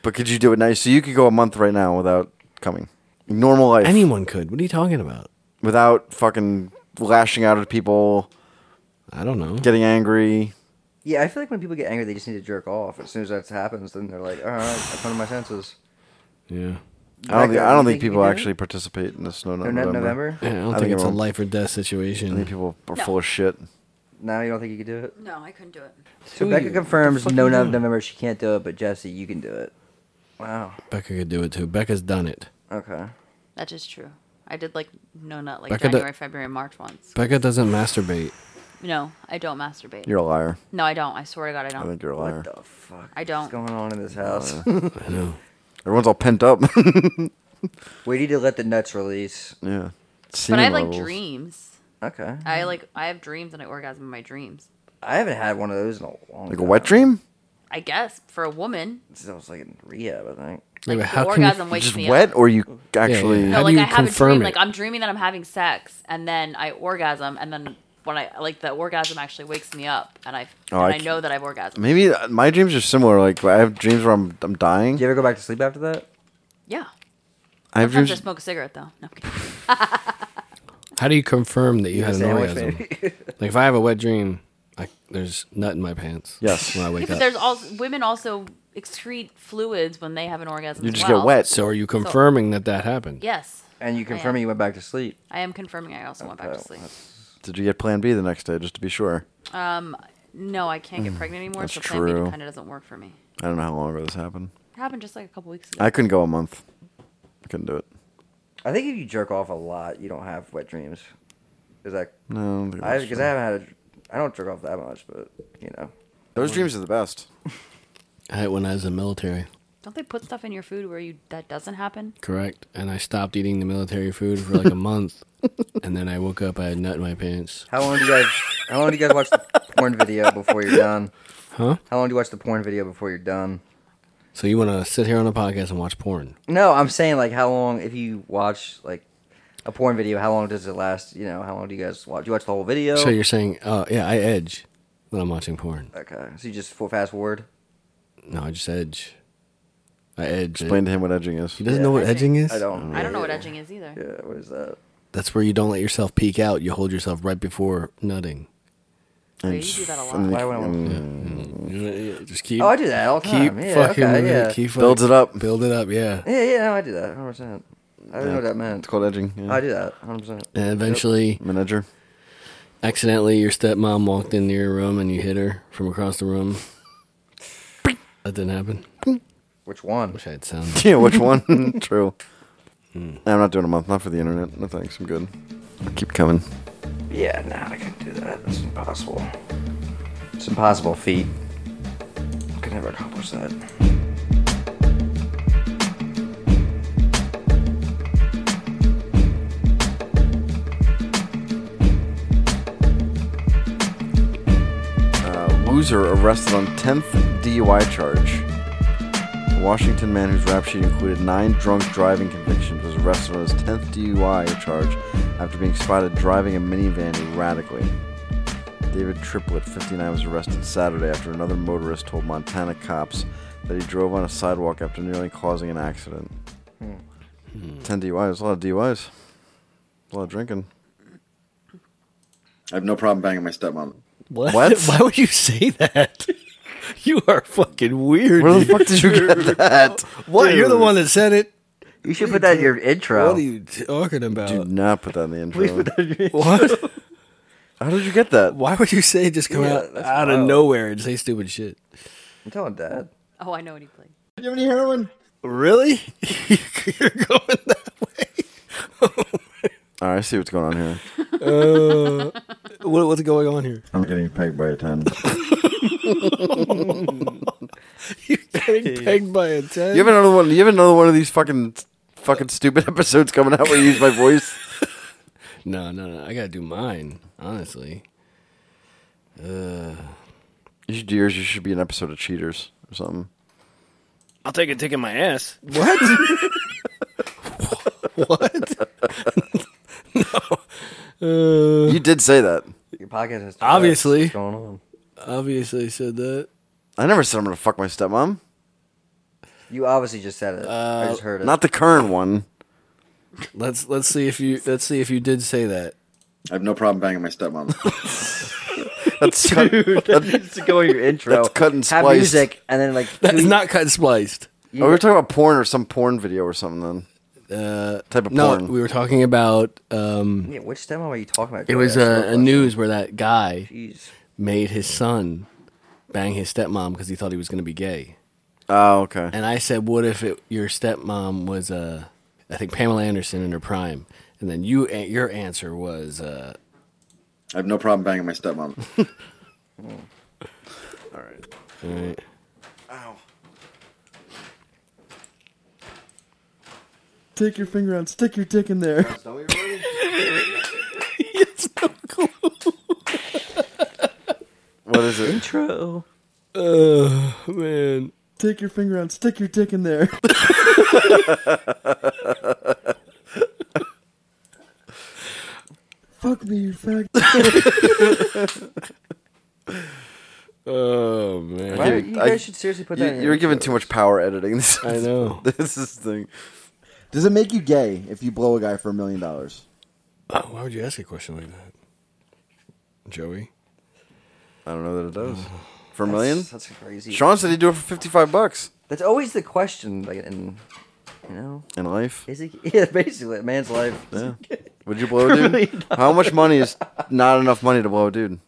[SPEAKER 2] But could you do it now? So you could go a month right now without coming. Normal life.
[SPEAKER 1] Anyone could. What are you talking about?
[SPEAKER 2] without fucking lashing out at people,
[SPEAKER 1] I don't know.
[SPEAKER 2] getting angry.
[SPEAKER 3] Yeah, I feel like when people get angry, they just need to jerk off. As soon as that happens, then they're like, all right, I come to my senses.
[SPEAKER 1] Yeah.
[SPEAKER 2] I don't
[SPEAKER 3] Becca,
[SPEAKER 2] think, I don't
[SPEAKER 3] you
[SPEAKER 2] think
[SPEAKER 3] you
[SPEAKER 2] people
[SPEAKER 3] could do
[SPEAKER 2] actually participate in this. No,
[SPEAKER 3] it? No, not November.
[SPEAKER 1] Yeah, I don't
[SPEAKER 2] I
[SPEAKER 1] think,
[SPEAKER 2] think
[SPEAKER 1] it's a
[SPEAKER 2] everyone-
[SPEAKER 1] life or death
[SPEAKER 2] I
[SPEAKER 1] situation.
[SPEAKER 2] think people are
[SPEAKER 4] No.
[SPEAKER 2] full of shit.
[SPEAKER 3] No, you don't think you could do it?
[SPEAKER 4] No, I couldn't do it.
[SPEAKER 3] So
[SPEAKER 1] Who
[SPEAKER 3] Becca
[SPEAKER 1] you- what
[SPEAKER 3] confirms
[SPEAKER 1] the fuck
[SPEAKER 3] no,
[SPEAKER 1] you
[SPEAKER 3] no,
[SPEAKER 1] doing?
[SPEAKER 3] November she can't do it, but Jesse, you can do it. Wow.
[SPEAKER 1] Becca could do it too. Becca's done it.
[SPEAKER 3] Okay.
[SPEAKER 4] That is true. I did like no nut like
[SPEAKER 1] Becca do-
[SPEAKER 4] January, February, March once.
[SPEAKER 1] Becca doesn't masturbate.
[SPEAKER 4] No, I don't masturbate.
[SPEAKER 2] You're a liar.
[SPEAKER 4] No, I don't. I swear to God, I
[SPEAKER 2] I
[SPEAKER 4] don't.
[SPEAKER 2] think you're a liar.
[SPEAKER 3] What the fuck?
[SPEAKER 4] I
[SPEAKER 3] What's
[SPEAKER 4] don't.
[SPEAKER 3] going on in this house?
[SPEAKER 1] I know.
[SPEAKER 2] Everyone's all pent up.
[SPEAKER 3] we need to let the nuts release.
[SPEAKER 2] yeah.
[SPEAKER 4] But
[SPEAKER 2] Semen
[SPEAKER 4] I have like
[SPEAKER 2] levels.
[SPEAKER 4] dreams.
[SPEAKER 3] Okay.
[SPEAKER 4] I like I have dreams and I orgasm in my dreams.
[SPEAKER 3] I haven't had one of those in a long
[SPEAKER 2] Like a
[SPEAKER 3] time.
[SPEAKER 2] wet dream?
[SPEAKER 4] I guess for a woman,
[SPEAKER 3] Since I was like in rehab, I think.
[SPEAKER 1] Yeah, but
[SPEAKER 4] like the
[SPEAKER 1] how can you-
[SPEAKER 4] orgasm wakes
[SPEAKER 2] Just
[SPEAKER 4] me
[SPEAKER 2] wet,
[SPEAKER 4] up.
[SPEAKER 2] or you actually?
[SPEAKER 1] yeah.
[SPEAKER 4] No,
[SPEAKER 1] How do
[SPEAKER 4] like
[SPEAKER 1] you
[SPEAKER 4] I have a
[SPEAKER 1] confirm
[SPEAKER 4] dream.
[SPEAKER 1] it?
[SPEAKER 4] Like I'm dreaming that I'm having sex, and then I orgasm, and then when I like the orgasm actually wakes me up, and I
[SPEAKER 2] Oh,
[SPEAKER 4] and
[SPEAKER 2] I
[SPEAKER 4] I, know that I've orgasmed.
[SPEAKER 2] Maybe uh, my dreams are similar. Like I have dreams where I'm I'm dying.
[SPEAKER 3] Do you ever go back to sleep after that?
[SPEAKER 4] Yeah.
[SPEAKER 2] I have
[SPEAKER 4] Sometimes I
[SPEAKER 2] dreams.
[SPEAKER 4] smoke a cigarette though. No, I'm kidding.
[SPEAKER 1] How do you confirm that you had an
[SPEAKER 3] Sandwich,
[SPEAKER 1] orgasm?
[SPEAKER 3] maybe?
[SPEAKER 1] Like if I have a wet dream, I, there's nut in my pants.
[SPEAKER 2] Yes.
[SPEAKER 1] When I
[SPEAKER 4] Yeah,
[SPEAKER 1] wake
[SPEAKER 4] but
[SPEAKER 1] up.
[SPEAKER 4] there's also women also excrete fluids when they have an orgasm.
[SPEAKER 2] You
[SPEAKER 4] as
[SPEAKER 2] just
[SPEAKER 4] well.
[SPEAKER 2] get wet.
[SPEAKER 1] So are you confirming that that happened?
[SPEAKER 4] Yes,
[SPEAKER 3] and you confirming you went back to sleep.
[SPEAKER 4] I am confirming. I
[SPEAKER 2] Oh,
[SPEAKER 4] also went back to
[SPEAKER 3] Okay,
[SPEAKER 4] sleep.
[SPEAKER 2] Did you get Plan B the next day just to be sure?
[SPEAKER 4] No, I can't get pregnant anymore,
[SPEAKER 2] Mm, That's
[SPEAKER 4] so Plan B
[SPEAKER 2] true.
[SPEAKER 4] kind of doesn't work for me.
[SPEAKER 2] I don't know how long ago this happened.
[SPEAKER 4] It happened just like a couple weeks ago.
[SPEAKER 2] I couldn't go a month. I couldn't do it.
[SPEAKER 3] I think if you jerk off a lot, you don't have wet dreams. Is that?
[SPEAKER 2] No, I don't think
[SPEAKER 3] I
[SPEAKER 2] that's
[SPEAKER 3] because
[SPEAKER 2] true.
[SPEAKER 3] I haven't had. A, I don't jerk off that much, but you know.
[SPEAKER 2] Those dreams are the best.
[SPEAKER 1] I had it when I was in the military.
[SPEAKER 4] Don't they put stuff in your food where you that doesn't happen?
[SPEAKER 1] Correct. And I stopped eating the military food for like a month, and then I woke up. I had nut in my pants.
[SPEAKER 3] How long do you guys? how long do you guys watch the porn video before you're done?
[SPEAKER 1] Huh?
[SPEAKER 3] How long do you watch the porn video before you're done?
[SPEAKER 1] So you want to sit here on a podcast and watch porn?
[SPEAKER 3] No, I'm saying like how long if you watch like a porn video, how long does it last? You know, how long do you guys watch? You watch the whole video?
[SPEAKER 1] So you're saying, oh yeah, I edge when I'm watching porn.
[SPEAKER 3] okay. So you just full fast forward.
[SPEAKER 1] No, I just edge. I edge.
[SPEAKER 2] Explain to him what edging is.
[SPEAKER 1] He doesn't know what edging is.
[SPEAKER 3] I don't.
[SPEAKER 4] I don't know what edging is either.
[SPEAKER 3] Yeah, what is that?
[SPEAKER 1] That's where you don't let yourself peek out. You hold yourself right before nutting.
[SPEAKER 4] So you do that a lot.
[SPEAKER 3] Why would I want?
[SPEAKER 1] Just keep.
[SPEAKER 3] Oh, I do that all the
[SPEAKER 1] Keep
[SPEAKER 3] time. yeah,
[SPEAKER 1] fucking.
[SPEAKER 3] okay,
[SPEAKER 1] with it,
[SPEAKER 3] yeah.
[SPEAKER 1] Keep
[SPEAKER 2] Builds it up.
[SPEAKER 1] Build it up. Yeah.
[SPEAKER 3] Yeah, yeah, no, I do that 100%. I didn't know what that meant.
[SPEAKER 2] It's called edging. Yeah.
[SPEAKER 3] I do that 100%.
[SPEAKER 1] And eventually,
[SPEAKER 2] I'm an edger.
[SPEAKER 1] accidentally, your stepmom walked into your room and you hit her from across the room. that didn't happen.
[SPEAKER 3] Which one?
[SPEAKER 1] Wish I had sound.
[SPEAKER 2] Yeah, which one? True. Nah, I'm not doing a month. Not for the internet. No thanks. I'm good. Keep coming.
[SPEAKER 3] Yeah, nah, I couldn't do that. That's impossible. It's an impossible feat. I could never accomplish that.
[SPEAKER 2] Uh, loser arrested on 10th DUI charge. A Washington man whose rap sheet included nine drunk driving convictions was arrested on his 10th DUI charge after being spotted driving a minivan erratically. David Triplett, 59, was arrested Saturday after another motorist told Montana cops that he drove on a sidewalk after nearly causing an accident. 10 DUIs, a lot of DUIs. A lot of drinking. I have no problem banging my stepmom.
[SPEAKER 1] What?
[SPEAKER 2] What?
[SPEAKER 1] Why would you say that? you are fucking weird.
[SPEAKER 2] Where the
[SPEAKER 1] dude.
[SPEAKER 2] fuck did you get that?
[SPEAKER 1] What? You're the
[SPEAKER 2] Dude.
[SPEAKER 1] one that said it.
[SPEAKER 3] You should put that in your intro.
[SPEAKER 1] What are you talking about?
[SPEAKER 2] Do not put that in the intro.
[SPEAKER 3] Please put that in your intro.
[SPEAKER 1] What?
[SPEAKER 2] How did you get that?
[SPEAKER 1] Why would you say just come
[SPEAKER 3] Yeah,
[SPEAKER 1] out
[SPEAKER 3] that's
[SPEAKER 1] out of
[SPEAKER 3] wild.
[SPEAKER 1] nowhere and say stupid shit?
[SPEAKER 3] I'm telling Dad.
[SPEAKER 4] Oh, I know what he played.
[SPEAKER 1] Do you have any heroin? Really? You're going that way.
[SPEAKER 2] All right, I see what's going on here.
[SPEAKER 1] Uh, what, what's going on here?
[SPEAKER 2] I'm getting pegged by a ten.
[SPEAKER 1] You're getting pegged by a ten.
[SPEAKER 2] You have another one. You have another one of these fucking fucking stupid episodes coming out where you use my voice.
[SPEAKER 1] No, no, no. I gotta do mine. Honestly,
[SPEAKER 2] You should do yours. You should be an episode of Cheaters or something.
[SPEAKER 11] I'll take a tick in my ass.
[SPEAKER 1] what? what? no. Uh,
[SPEAKER 2] You did say that.
[SPEAKER 3] Your podcast has
[SPEAKER 1] Obviously.
[SPEAKER 3] What's going on?
[SPEAKER 1] obviously, I said that.
[SPEAKER 2] I never said I'm gonna fuck my stepmom.
[SPEAKER 3] You obviously just said it. I
[SPEAKER 1] Uh,
[SPEAKER 3] just heard it.
[SPEAKER 2] Not the current one.
[SPEAKER 1] Let's let's see if you let's see if you did say that.
[SPEAKER 2] I have no problem banging my stepmom. that's cut,
[SPEAKER 3] that needs to go in your intro.
[SPEAKER 2] That's cut and
[SPEAKER 3] Have
[SPEAKER 2] spliced.
[SPEAKER 3] music, and then like
[SPEAKER 1] That's
[SPEAKER 3] two-
[SPEAKER 1] not cut and spliced.
[SPEAKER 2] oh, we were talking about porn or some porn video or something. Then
[SPEAKER 1] Uh,
[SPEAKER 2] Type of
[SPEAKER 1] no,
[SPEAKER 2] porn.
[SPEAKER 1] we were talking about. Um,
[SPEAKER 3] Yeah, which demo are you talking about?
[SPEAKER 1] it was uh,
[SPEAKER 3] That's
[SPEAKER 1] a,
[SPEAKER 3] so
[SPEAKER 1] a
[SPEAKER 3] much.
[SPEAKER 1] news where that guy
[SPEAKER 3] Jeez.
[SPEAKER 1] made his son bang his stepmom because he thought he was going to be gay.
[SPEAKER 2] oh okay.
[SPEAKER 1] And I said, "What if it, your stepmom was uh, I think Pamela Anderson in her prime?" And then you, a- your answer was, uh,
[SPEAKER 2] I have no problem banging my stepmom.
[SPEAKER 1] all right.
[SPEAKER 2] Ow.
[SPEAKER 3] Take your finger out. Stick your dick in there.
[SPEAKER 1] It's no clue.
[SPEAKER 2] What is it?
[SPEAKER 3] Intro.
[SPEAKER 1] Oh man,
[SPEAKER 3] Take your finger out. Stick your dick in there. Fuck me, you fag.
[SPEAKER 1] oh man,
[SPEAKER 3] Why,
[SPEAKER 2] give-
[SPEAKER 3] you
[SPEAKER 2] I-
[SPEAKER 3] guys should seriously put that. in
[SPEAKER 2] You, are
[SPEAKER 3] your
[SPEAKER 2] giving
[SPEAKER 3] intros.
[SPEAKER 2] too much power editing. This,
[SPEAKER 1] I know.
[SPEAKER 2] This is the thing.
[SPEAKER 12] Does it make you gay if you blow a guy for a million dollars?
[SPEAKER 1] Oh, why would you ask a question like that, Joey?
[SPEAKER 2] I don't know that it does. For a million?
[SPEAKER 3] That's, that's crazy.
[SPEAKER 2] Sean said he'd do it for 55 bucks
[SPEAKER 3] That's always the question. Like, in you know,
[SPEAKER 2] in life.
[SPEAKER 3] is he? Yeah, basically, a man's life.
[SPEAKER 2] Yeah. Would you blow a dude? How much money is not enough money to blow a dude?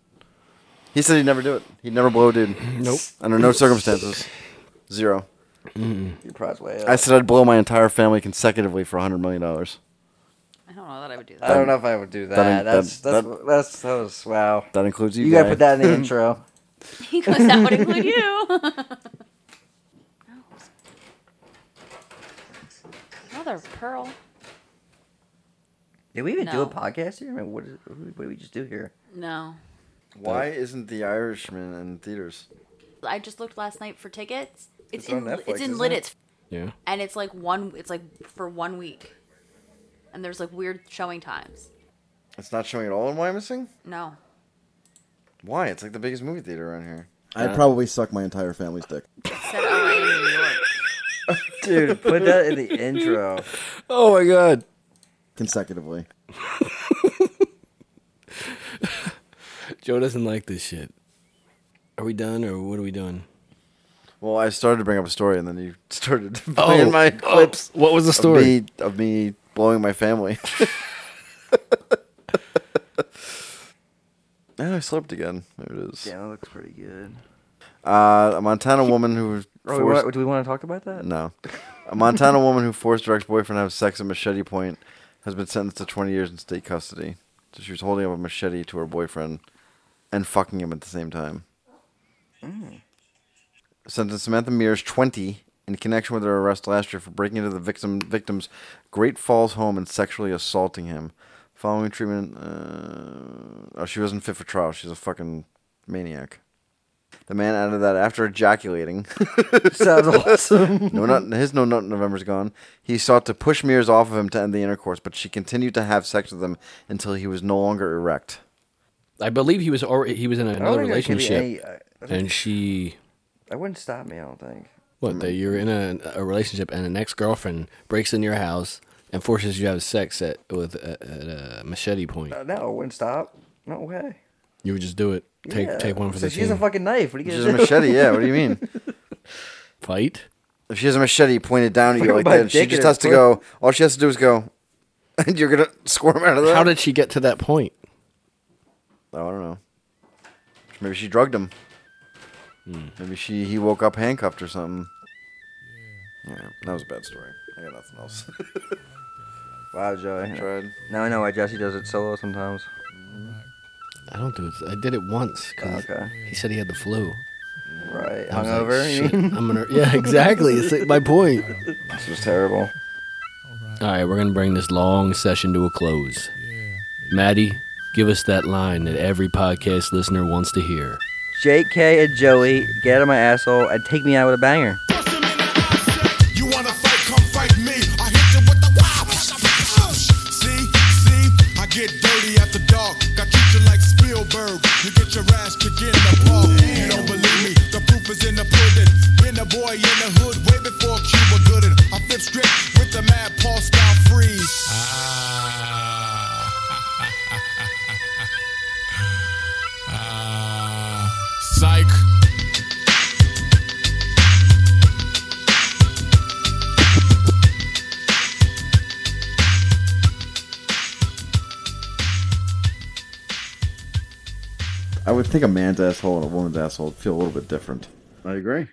[SPEAKER 2] He said he'd never do it. He'd never blow a dude.
[SPEAKER 1] Nope.
[SPEAKER 2] Under no circumstances. Zero.
[SPEAKER 3] Your pride's way up.
[SPEAKER 2] I said I'd blow my entire family consecutively for $100 million. That
[SPEAKER 4] I don't know that I would do
[SPEAKER 3] I
[SPEAKER 4] that.
[SPEAKER 3] don't know if I would do that.
[SPEAKER 2] that-
[SPEAKER 3] that's, that's,
[SPEAKER 2] that-
[SPEAKER 3] that's that was wow.
[SPEAKER 2] includes you.
[SPEAKER 3] You
[SPEAKER 2] guy.
[SPEAKER 3] gotta put that in the intro.
[SPEAKER 4] he goes, that would include you. Another pearl.
[SPEAKER 3] Did we even do
[SPEAKER 4] No.
[SPEAKER 3] a podcast here? I mean, what, is, what did we just do here?
[SPEAKER 4] No.
[SPEAKER 2] Why isn't The Irishman in theaters?
[SPEAKER 4] I just looked last night for tickets. It's,
[SPEAKER 3] It's
[SPEAKER 4] in
[SPEAKER 3] on Netflix,
[SPEAKER 4] it's in
[SPEAKER 3] isn't it?
[SPEAKER 4] Lidditz
[SPEAKER 1] Yeah.
[SPEAKER 4] and it's like one it's like for one week. And there's like weird showing times.
[SPEAKER 2] It's not showing at all in Wyomissing?
[SPEAKER 4] No.
[SPEAKER 2] Why? It's like the biggest movie theater around here.
[SPEAKER 12] I'd probably suck my entire family's dick.
[SPEAKER 4] Said LA in New York.
[SPEAKER 3] Dude, put that in the intro.
[SPEAKER 1] Oh my god.
[SPEAKER 12] Consecutively.
[SPEAKER 1] Joe doesn't like this shit. Are we done or what are we doing?
[SPEAKER 2] Well, I started to bring up a story, and then you started playing my clips.
[SPEAKER 1] Oh, what was the
[SPEAKER 2] Of
[SPEAKER 1] story?
[SPEAKER 2] me, of me blowing my family. and I slept again. There it is.
[SPEAKER 3] Yeah, that looks pretty good.
[SPEAKER 2] Uh, a Montana woman who was
[SPEAKER 3] Oh, we
[SPEAKER 2] forced,
[SPEAKER 3] wanna- do we want to talk about that?
[SPEAKER 2] no, a Montana woman who forced her ex-boyfriend to have sex at Machete Point has been sentenced to 20 years in state custody. So she was holding up a machete to her boyfriend and fucking him at the same time. Sentenced Samantha Mears 20 in connection with her arrest last year for breaking into the victim victim's Great Falls home and sexually assaulting him. Following treatment, uh, oh, she wasn't fit for trial. She's a fucking maniac. The man added that after ejaculating,
[SPEAKER 3] Sounds awesome.
[SPEAKER 2] no nut, his no nut November's gone. He sought to push Mears off of him to end the intercourse, but she continued to have sex with him until he was no longer erect.
[SPEAKER 1] I believe he was already he was in
[SPEAKER 3] I don't
[SPEAKER 1] another
[SPEAKER 3] think there could be
[SPEAKER 1] relationship
[SPEAKER 3] any- I- I don't-
[SPEAKER 1] and she
[SPEAKER 3] That wouldn't stop me, I don't think.
[SPEAKER 1] what that you're in a, a relationship and an ex-girlfriend breaks in your house and forces you to have sex at with at, at a machete point.
[SPEAKER 3] Uh, no, it wouldn't stop. No way.
[SPEAKER 1] You would just do it. Take
[SPEAKER 3] Yeah.
[SPEAKER 1] take one for
[SPEAKER 3] so
[SPEAKER 1] the
[SPEAKER 3] She's a
[SPEAKER 1] team.
[SPEAKER 3] fucking knife. What are you
[SPEAKER 2] She's
[SPEAKER 3] gonna
[SPEAKER 2] a
[SPEAKER 3] do?
[SPEAKER 2] machete, yeah. What do you mean?
[SPEAKER 1] Fight.
[SPEAKER 2] If she has a machete pointed down at you
[SPEAKER 3] Put
[SPEAKER 2] like
[SPEAKER 3] my
[SPEAKER 2] that, she
[SPEAKER 3] dick in
[SPEAKER 2] just
[SPEAKER 3] her
[SPEAKER 2] has to
[SPEAKER 3] foot.
[SPEAKER 2] go. All she has to do is go, and you're gonna squirm out of there.
[SPEAKER 9] How did she get to that point?
[SPEAKER 2] Oh, I don't know. Maybe she drugged him.
[SPEAKER 9] Hmm.
[SPEAKER 2] Maybe she he woke up handcuffed or something. Yeah, that was a bad story. I got nothing else.
[SPEAKER 3] Wow, Joey.
[SPEAKER 2] Tried.
[SPEAKER 3] Now I know why Jesse does it solo sometimes.
[SPEAKER 9] I don't do it. I did it once. 'cause He said he had the flu.
[SPEAKER 3] Right.
[SPEAKER 9] I was like,
[SPEAKER 3] Hungover, you
[SPEAKER 9] "Shit,
[SPEAKER 3] mean?
[SPEAKER 9] I'm gonna. Yeah, exactly. It's like my point.
[SPEAKER 3] This was terrible.
[SPEAKER 1] All right, we're going to bring this long session to a close. Maddie, give us that line that every podcast listener wants to hear.
[SPEAKER 3] JK and Joey, get out of my asshole and take me out with a banger.
[SPEAKER 10] You wanna fight, come fight me. I hit you with the wow. See, see, I get dirty after dark. I treat you like Spielberg. You get your ass kicked in the park. You don't believe me? The proof is in the pudding. Been a boy in the hood way before Cuba Gooding. I flip strip with the mad Paul style freeze.
[SPEAKER 13] Psych.
[SPEAKER 14] I would think a man's asshole and a woman's asshole would feel a little bit different.
[SPEAKER 2] I agree.